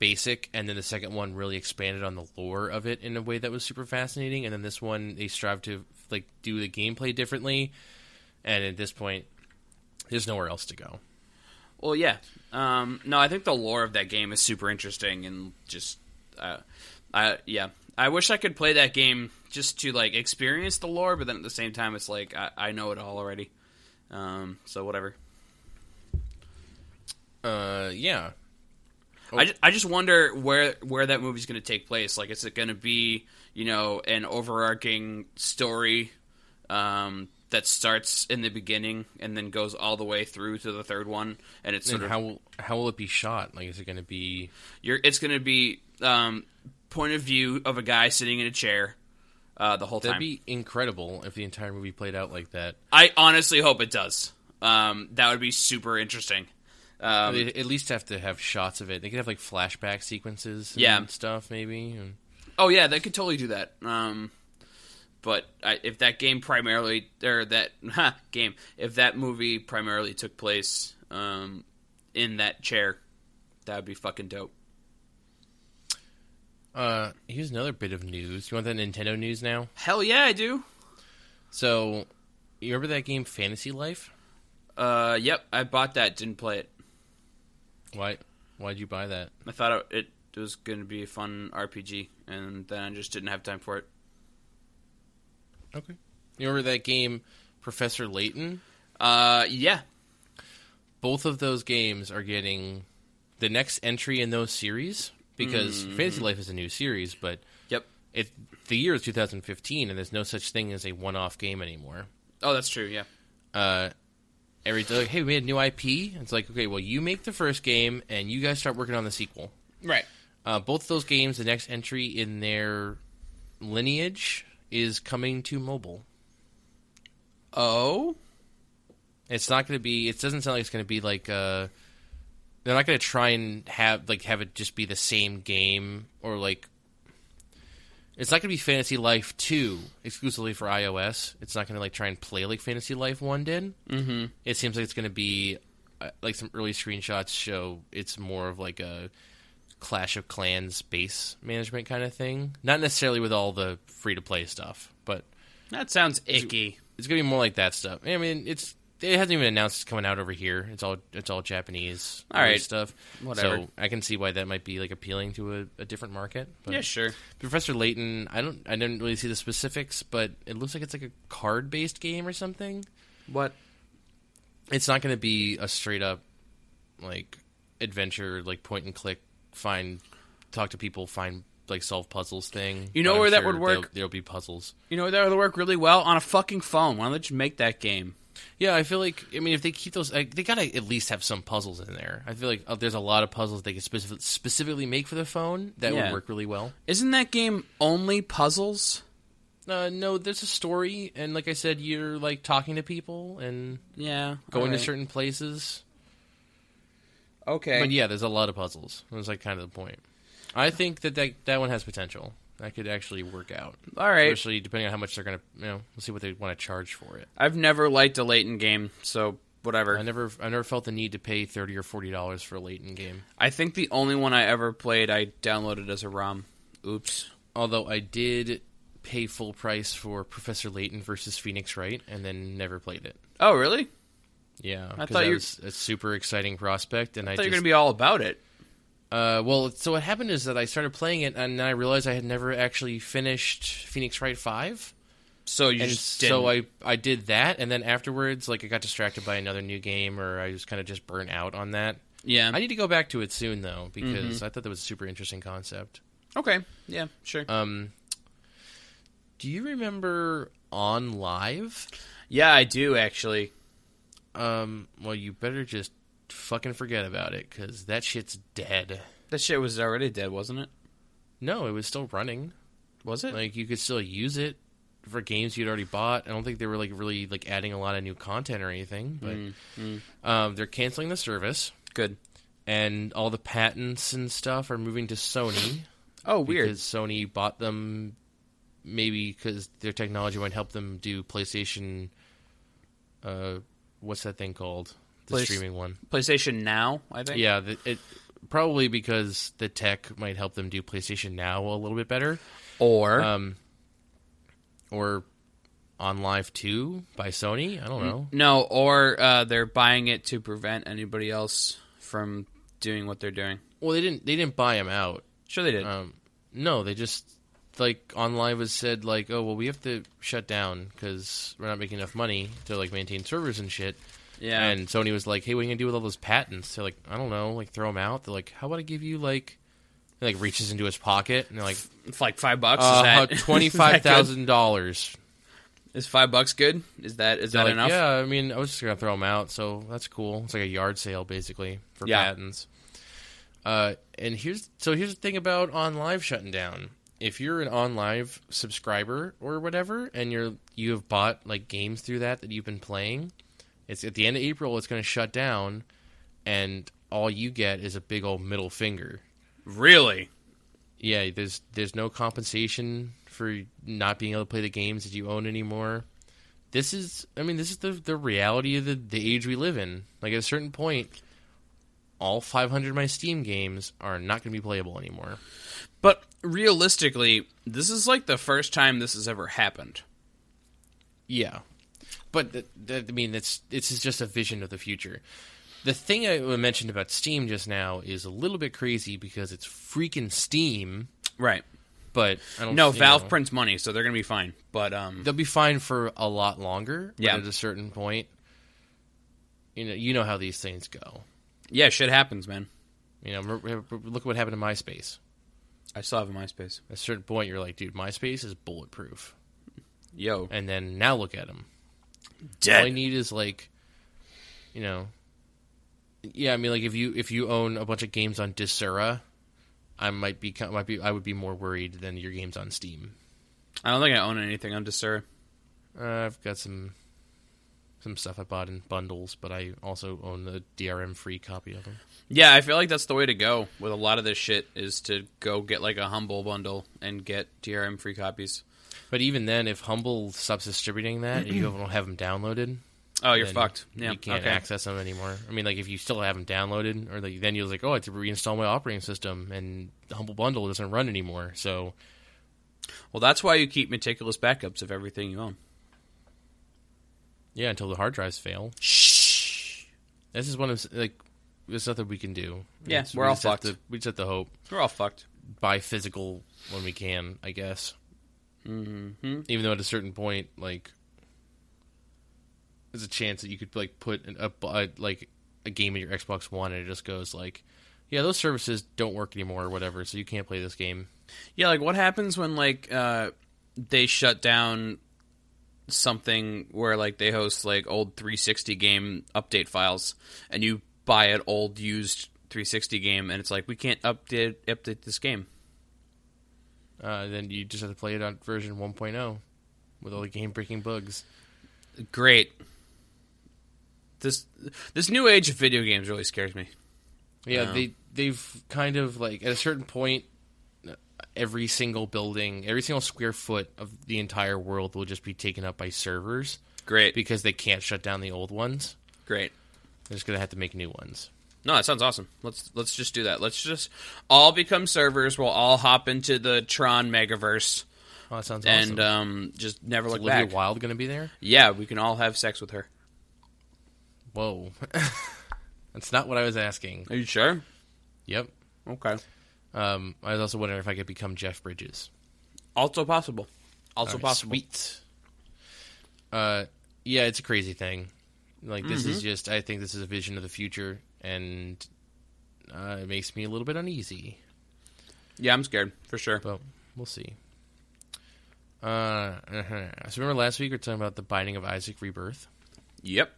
B: basic, and then the second one really expanded on the lore of it in a way that was super fascinating, and then this one they strive to like do the gameplay differently, and at this point, there's nowhere else to go.
A: Well, yeah. Um, no, I think the lore of that game is super interesting and just, uh, I yeah. I wish I could play that game just to like experience the lore, but then at the same time, it's like I, I know it all already. Um, so whatever.
B: Uh, yeah.
A: I, ju- I just wonder where where that movie's going to take place. Like, is it going to be you know an overarching story um, that starts in the beginning and then goes all the way through to the third one, and it's sort
B: and
A: of
B: how will how will it be shot? Like, is it going to be?
A: you're it's going to be um, point of view of a guy sitting in a chair uh, the whole
B: That'd
A: time.
B: be incredible if the entire movie played out like that.
A: I honestly hope it does. Um, that would be super interesting. Um,
B: They at least have to have shots of it. They could have like flashback sequences, and
A: Yeah.
B: stuff maybe. And
A: Oh yeah, they could totally do that. Um, but I, if that game primarily or that <laughs> ha, game, if that movie primarily took place um, in that chair, that would be fucking dope.
B: uh, here's another bit of news. You want that Nintendo news now?
A: Hell yeah, I do.
B: So, you remember that game Fantasy Life?
A: Uh, yep, I bought that. Didn't play it.
B: Why? Why'd you buy that?
A: I thought it, it was going to be a fun RPG, and then I just didn't have time for it.
B: Okay. You remember that game Professor Layton?
A: Uh, yeah,
B: both of those games are getting the next entry in those series because Fantasy Life is a new series, but
A: yep.
B: it the year is 2015 and there's no such thing as a one-off game anymore.
A: Oh, that's true. Yeah.
B: Uh every they're like, hey, we made a new IP. It's like, okay, well, you make the first game and you guys start working on the sequel.
A: Right.
B: Uh, both those games, the next entry in their lineage is coming to mobile.
A: Oh.
B: It's not going to be. It doesn't sound like it's going to be like. Uh, they're not going to try and have like have it just be the same game or like. It's not going to be Fantasy Life Two exclusively for iOS. It's not going to like try and play like Fantasy Life One did. Mm-hmm. It seems like it's going to be uh, like some early screenshots show. It's more of like a Clash of Clans base management kind of thing. Not necessarily with all the free to play stuff, but
A: That sounds icky.
B: it's gonna be more like that stuff. I mean, it's it hasn't even announced it's coming out over here. It's all it's all Japanese
A: All right.
B: stuff.
A: Whatever.
B: So I can see why that might be like appealing to a, a different market. But
A: Yeah, sure.
B: Professor Layton, I don't I didn't really see the specifics, but it looks like it's like a card based game or something.
A: What?
B: It's not gonna be a straight up like adventure, like point and click, find talk to people, find like solve puzzles thing.
A: You know
B: But I'm
A: where that
B: sure
A: would work?
B: There'll, there'll be puzzles.
A: You know that would work really well on a fucking phone. Why don't they just make that game?
B: Yeah, I feel like I mean if they keep those, like, they gotta at least have some puzzles in there. I feel like uh there's a lot of puzzles they could specif- specifically make for the phone that
A: Yeah.
B: would work really well.
A: Isn't that game only puzzles?
B: Uh, no, there's a story, and like I said, you're like talking to people and
A: Yeah.
B: going
A: alright.
B: to certain places.
A: Okay.
B: But yeah, there's a lot of puzzles. That's like kind of the point. I think that that, that one has potential. That could actually work out.
A: All right.
B: Especially depending on how much they're gonna, you know, we'll see what they want to charge for it.
A: I've never liked a Leighton game, so whatever.
B: I never, I never felt the need to pay thirty or forty dollars for a Leighton game.
A: I think the only one I ever played, I downloaded as a ROM. Oops.
B: although I did pay full price for Professor Layton versus Phoenix Wright and then never played it.
A: Oh, really?
B: Yeah,
A: I
B: 'cause
A: thought
B: that
A: you-
B: was a super exciting prospect, and I,
A: I thought you
B: just
A: were gonna be all about it.
B: uh, well. So what happened is that I started playing it, and then I realized I had never actually finished Phoenix Wright Five,
A: So you
B: and
A: just
B: so
A: didn't.
B: I I did that, and then afterwards, like I got distracted by another new game, or I was kind of just burnt out on that.
A: yeah.
B: I need to go back to it soon though because
A: Mm-hmm.
B: I thought that was a super interesting concept.
A: okay. Yeah. Sure.
B: Um, do you remember On Live?
A: yeah, I do actually.
B: Um, well, you better just fucking forget about it because that shit's dead.
A: That shit was already dead, wasn't it?
B: No, it was still running.
A: Was it?
B: Like you could still use it. for games you'd already bought. I don't think they were like really like adding a lot of new content or anything. But
A: Mm,
B: Um, they're canceling the service,
A: Good.
B: and all the patents and stuff are moving to Sony.
A: Oh, weird.
B: Because Sony bought them, maybe because their technology might help them do PlayStation. Uh, what's that thing called? The
A: Place-
B: streaming one.
A: PlayStation Now, I think.
B: Yeah, the, it probably because the tech might help them do PlayStation Now a little bit better,
A: Or
B: um, or on Live Two by Sony. I don't know.
A: no, or uh, they're buying it to prevent anybody else from doing what they're doing.
B: Well, they didn't. They didn't buy them out.
A: Sure, they did.
B: Um, no, they just like on live was said like, oh well, we have to shut down because we're not making enough money to like maintain servers and shit.
A: yeah.
B: And Sony was like, hey, what are you gonna do with all those patents? They're like, I don't know, like throw them out. They're like, how about I give you like, and, like reaches into his pocket and they're like,
A: it's like five bucks. <laughs> is
B: uh,
A: that is that
B: twenty five thousand dollars.
A: good? Is five bucks good? Is that is that
B: Like,
A: enough?
B: yeah, I mean, I was just gonna throw them out, so that's cool. It's like a yard sale basically for
A: Yeah.
B: patents. Uh, and here's so here's the thing about on live shutting down. If you're an on live subscriber or whatever, and you're you have bought like games through that that you've been playing, it's at the end of April. It's gonna shut down, and all you get is a big old middle finger.
A: Really?
B: Yeah, there's there's no compensation for not being able to play the games that you own anymore. This is, I mean, this is the the reality of the the age we live in. Like at a certain point, all 500 of my Steam games are not going to be playable anymore.
A: But realistically, this is like the first time this has ever happened.
B: Yeah, but th- th- I mean, it's this is just a vision of the future. The thing I mentioned about Steam just now is a little bit crazy because it's freaking Steam,
A: Right.
B: but I don't
A: No,
B: you
A: Valve
B: know.
A: prints money, so they're gonna be fine. But um,
B: they'll be fine for a lot longer. But
A: Yeah.
B: at a certain point, you know, you know how these things go.
A: yeah, shit happens, man.
B: You know, remember- look what happened to MySpace.
A: I still have a MySpace.
B: At a certain point, you're like, dude, MySpace is bulletproof.
A: Yo,
B: And then now look at them. All I need is like, you know, yeah. I mean, like if you if you own a bunch of games on Disura, I might be might be I would be more worried than your games on Steam.
A: I don't think I own anything on Desura.
B: Uh, I've got some some stuff I bought in bundles, but I also own the DRM free copy of them.
A: Yeah, I feel like that's the way to go with a lot of this shit is to go get like a humble bundle and get DRM free copies.
B: But even then, if Humble stops distributing that and you don't have them downloaded,
A: Oh, you're
B: then
A: fucked. Yeah,
B: you can't
A: okay.
B: access them anymore. I mean, like if you still have them downloaded, or like then you're like, oh, I have to reinstall my operating system, and the Humble Bundle doesn't run anymore. So
A: Well, that's why you keep meticulous backups of everything you own.
B: yeah, until the hard drives fail,
A: Shh.
B: this is one of like there's nothing we can do.
A: Yeah,
B: It's-
A: we're
B: we
A: all
B: just have
A: fucked.
B: to- we just have to hope
A: We're all fucked.
B: buy physical when we can, I guess. Mm-hmm. Even though at a certain point, like, there's a chance that you could like put an, a, bu- a like a game in your Xbox One and it just goes like, yeah, those services don't work anymore or whatever, so you can't play this game.
A: Yeah, like what happens when like uh, they shut down something where like they host like old 360 game update files, and you buy an old used 360 game, and it's like we can't update update this game.
B: Uh, then you just have to play it on version 1.0 with all the game breaking bugs.
A: Great. This this new age of video games really scares me.
B: Yeah,
A: Yeah.
B: they they've kind of like at a certain point, every single building, every single square foot of the entire world will just be taken up by servers.
A: Great,
B: because they can't shut down the old ones.
A: great.
B: They're just gonna have to make new ones.
A: No, that sounds awesome. Let's let's just do that. Let's just all become servers. We'll all hop into the Tron Megaverse
B: Oh, that sounds
A: and
B: awesome.
A: um, just never look
B: Olivia
A: back.
B: Wilde gonna be there?
A: Yeah, we can all have sex with her.
B: Whoa, <laughs> that's not what I was asking.
A: Are you sure?
B: Yep.
A: Okay.
B: Um, I was also wondering if I could become Jeff Bridges.
A: Also possible. Also
B: All right,
A: possible.
B: Sweet. Uh, yeah, it's a crazy thing. Like this is just. I think this is a vision of the future, and uh, it makes me a little bit uneasy.
A: Yeah, I'm scared for sure.
B: But we'll see. Uh, uh-huh. so remember last week we were talking about the Binding of Isaac Rebirth.
A: Yep,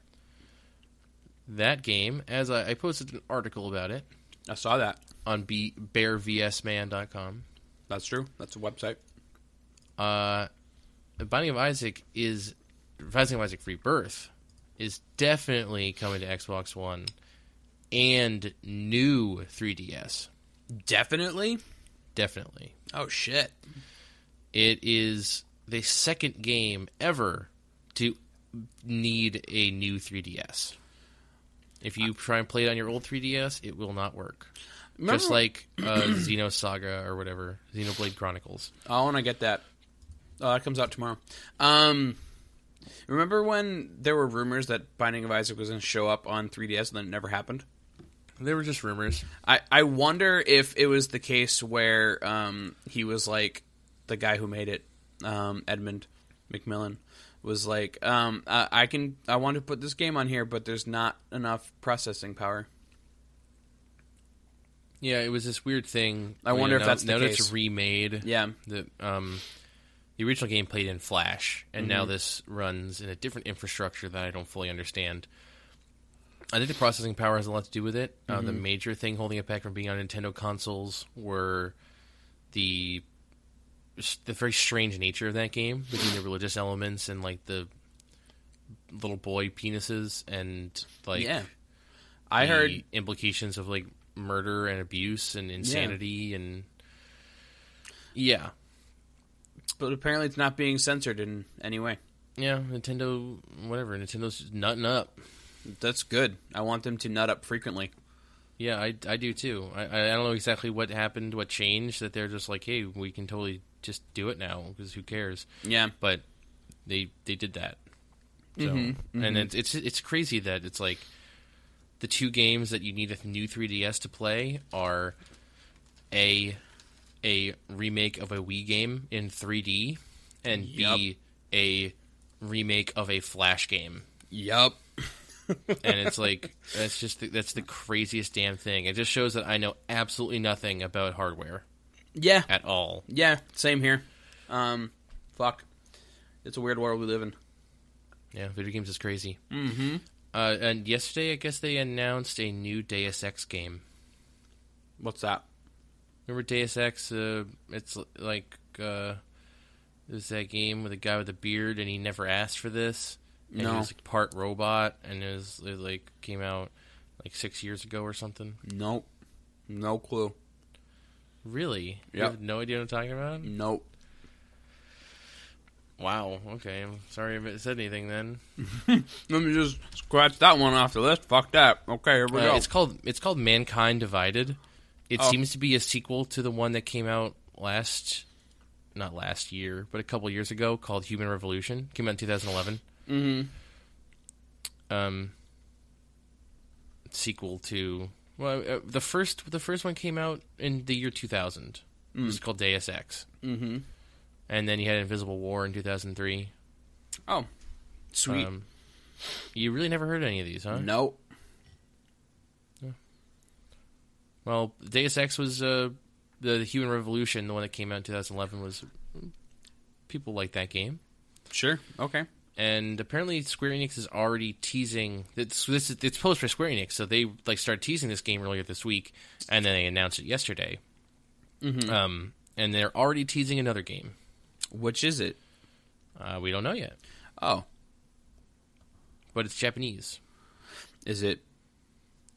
B: that game as I, I posted an article about it
A: I saw that.
B: on b- bearvsman.com.
A: That's true. That's a website.
B: Uh, Binding of Isaac is Binding of Isaac Rebirth is definitely coming to Xbox One and new 3DS.
A: Definitely.
B: Definitely.
A: Oh shit.
B: It is the second game ever to need a new 3DS. If you try and play it on your old 3DS, it will not work.
A: Remember-
B: Just like uh, <clears throat> Xenosaga or whatever, Xenoblade Chronicles.
A: I want to get that. Oh, that comes out tomorrow. Um, remember when there were rumors that Binding of Isaac was going to show up on 3DS and then it never happened?
B: They were just rumors.
A: I, I wonder if it was the case where um, he was like the guy who made it, um, Edmund McMillan, was like, um, I, I can I want to put this game on here, but there's not enough processing power.
B: Yeah, it was this weird thing.
A: I
B: You
A: wonder if
B: now-
A: that's the
B: now that
A: case.
B: it's remade.
A: Yeah,
B: the um the original game played in Flash, and
A: Mm-hmm.
B: now this runs in a different infrastructure that I don't fully understand. I think the processing power has a lot to do with it. Uh,
A: Mm-hmm.
B: the major thing holding it back from being on Nintendo consoles were the the very strange nature of that game between the religious elements and like the little boy penises and like
A: yeah. I heard
B: the implications of like murder and abuse and insanity and yeah
A: but apparently it's not being censored in any way.
B: Yeah, Nintendo, whatever. Nintendo's just nutting up.
A: That's good. I want them to nut up frequently.
B: Yeah, I, I do too. I, I don't know exactly what happened, what changed, that they're just like, hey, we can totally just do it now because who cares?
A: Yeah.
B: But they they did that. So, and it's, it's it's crazy that it's like the two games that you need a new 3DS to play are a a remake of a Wii game in 3D and B a remake of a Flash game
A: Yup.
B: and it's like that's just the, that's the craziest damn thing. It just shows that I know absolutely nothing about hardware
A: Yeah.
B: at all.
A: Yeah. Same here. Um, fuck. It's a weird world we live in.
B: Yeah, video games is crazy. Mm-hmm. Uh, and yesterday, I guess they announced a new Deus Ex game.
A: What's that?
B: Remember Deus Ex? Uh, it's l- like uh, there's that game with a guy with a beard, and he never asked for this. And
A: No.
B: he was like, part robot, and it was it like came out like six years ago or something.
A: Nope. No clue.
B: Really? You
A: Yep.
B: have no idea what I'm talking about?
A: Nope.
B: Wow. Okay. I'm sorry if it said anything then.
A: Let me just scratch that one off the list. Fuck that. Okay, here we
B: Uh,
A: go.
B: it's called it's called Mankind Divided. It
A: Oh.
B: seems to be a sequel to the one that came out last, not last year, but a couple years ago called Human Revolution. Came out in 2011. Mm-hmm. Um, sequel to well, uh, the first the first one came out in the year 2000. It
A: Hmm.
B: was called Deus Ex. Mm-hmm. And then you had Invisible War in 2003.
A: oh, sweet.
B: Um, you really never heard of any of these, huh?
A: nope.
B: Well, Deus Ex was uh, the, the Human Revolution, the one that came out in 2011. Was people like that game?
A: Sure. Okay.
B: And apparently, Square Enix is already teasing. It's, this is, it's posed for Square Enix, so they like started teasing this game earlier this week, and then they announced it yesterday. Um, and they're already teasing another game.
A: Which is it?
B: Uh, we don't know yet,
A: Oh,
B: but it's Japanese.
A: is it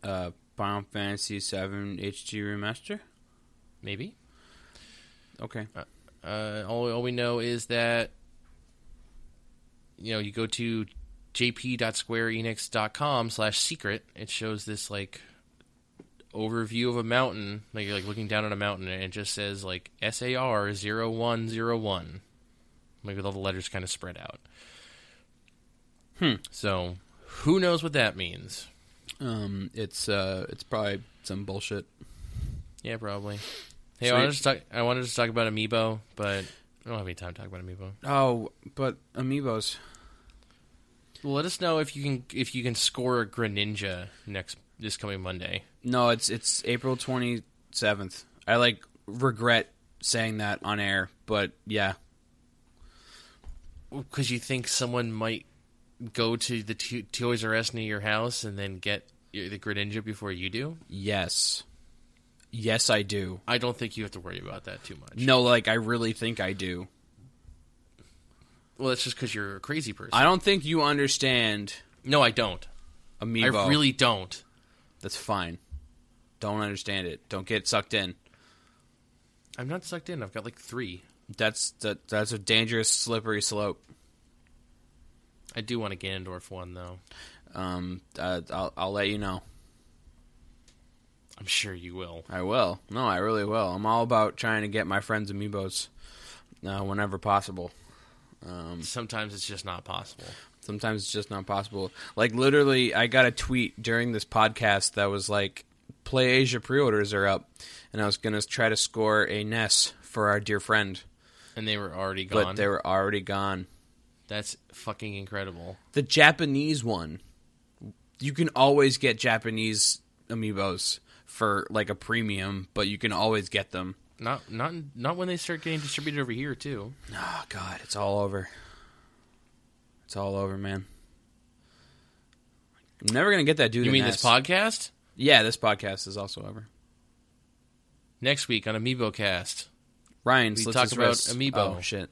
A: uh Final Fantasy Seven HD Remaster?
B: Maybe.
A: Okay.
B: Uh, all, all we know is that you know you go to jp.squareenix.com slash secret it shows this like overview of a mountain like you're like looking down on a mountain and it just says like sar 0101 like with all the letters kind of spread out hmm so who knows what that means
A: Um, it's uh, it's probably some bullshit.
B: yeah probably hey
A: Sweet.
B: I wanted, to talk, I wanted to talk about amiibo but i don't have any time to talk about amiibo
A: Oh, but amiibos.
B: Well, let us know if you can if you can score a Greninja next this coming Monday.
A: No, it's it's April twenty seventh. I like regret saying that on air, but yeah,
B: Because you think someone might go to the to- Toys R Us near your house and then get your- the Greninja before you do.
A: yes, yes, I do.
B: I don't think you have to worry about that too much.
A: No, like I really think I do.
B: Well, that's just because you're a crazy person.
A: I don't think you understand
B: no, I don't.
A: amiibo.
B: I really don't.
A: That's fine. Don't understand it. Don't get sucked in.
B: I'm not sucked in. I've got like three.
A: That's that, that's a dangerous slippery slope.
B: I do want a Ganondorf one though.
A: Um, uh, I'll I'll let you know.
B: I'm sure you will.
A: I will. No, I really will. I'm all about trying to get my friends amiibos uh, whenever possible. Um,
B: Sometimes it's just not possible.
A: Sometimes it's just not possible. Like literally, I got a tweet during this podcast that was like, "Play Asia pre-orders are up," and I was gonna try to score a NES for our dear friend,
B: And they were already
A: but
B: gone.
A: they were already gone.
B: That's fucking incredible.
A: The Japanese one, you can always get Japanese amiibos for like a premium, but you can always get them.
B: Not not not when they start getting distributed over here too.
A: Oh God, it's all over. It's all over, man. I'm never gonna get that dude.
B: You
A: a
B: mean
A: NES.
B: this podcast?
A: Yeah, this podcast is also over.
B: Next week on Amiibo Cast
A: Ryan
B: We
A: slits
B: talked
A: his
B: about
A: wrist.
B: Amiibo.
A: Oh shit!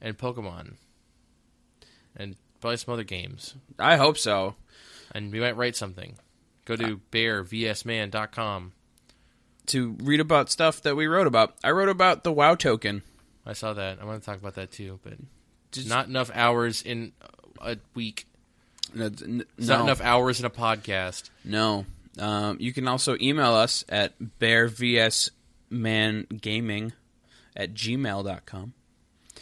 B: and Pokemon. And probably some other games.
A: I hope so.
B: And we might write something. Go
A: Ah.
B: to bearvsman.com.
A: To read about stuff that we wrote about, I wrote about the WoW token.
B: I saw that. I want to talk about that too, but
A: Just-
B: not enough hours in a week.
A: No, n-
B: It's
A: no,
B: Not enough hours in a podcast.
A: No. Um, you can also email us at bearvsmangaming at gmail.com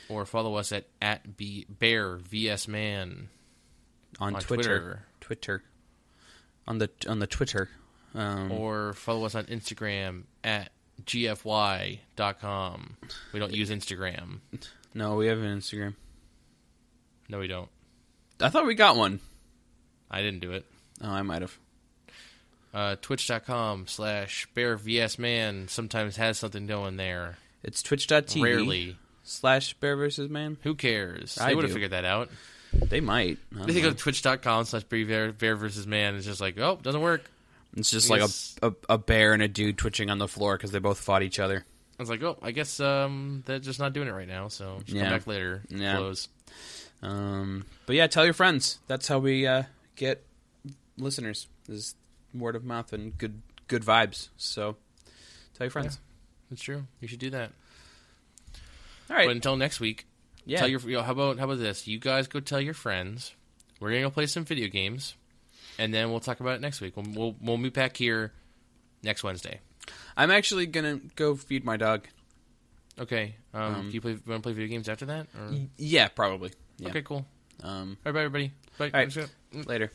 B: Or follow us at at be bear vs man
A: on,
B: on
A: Twitter. Twitter.
B: Twitter.
A: On the on the Twitter. Um,
B: or follow us on Instagram at gfy.com. We don't use Instagram.
A: no, we have an Instagram.
B: No, we don't.
A: I thought we got one.
B: I didn't do it.
A: Oh, I might have.
B: Uh, Twitch.com slash bear vs man sometimes has something going there.
A: It's twitch.tv
B: Rarely.
A: slash bear versus man.
B: Who cares?
A: I
B: They would have
A: do.
B: figured that out.
A: They might. I don't
B: They think
A: know.
B: of twitch.com slash bear, bear versus man. It's just like, oh, doesn't work.
A: It's just
B: I
A: like
B: guess-
A: a, a a bear and a dude twitching on the floor because they both fought each other.
B: I was like, oh, I guess um, they're just not doing it right now. So just
A: Yeah.
B: come back later.
A: Yeah.
B: Close.
A: Um, but yeah, tell your friends. That's how we uh, get listeners. Is word of mouth and good good vibes. So tell your friends.
B: That's true. You should do that.
A: All right.
B: But until next week,
A: yeah.
B: Tell your you know, how about how about this? You guys go tell your friends. We're gonna go play some video games, and then we'll talk about it next week. We'll we'll, we'll meet back here next Wednesday.
A: I'm actually gonna go feed my dog.
B: Okay. Um, do you play want to play video games
A: Mm.
B: after that? Or?
A: Yeah, probably. Yeah.
B: Okay. Cool.
A: Um,
B: All right. Bye, everybody. Bye.
A: all right. Later.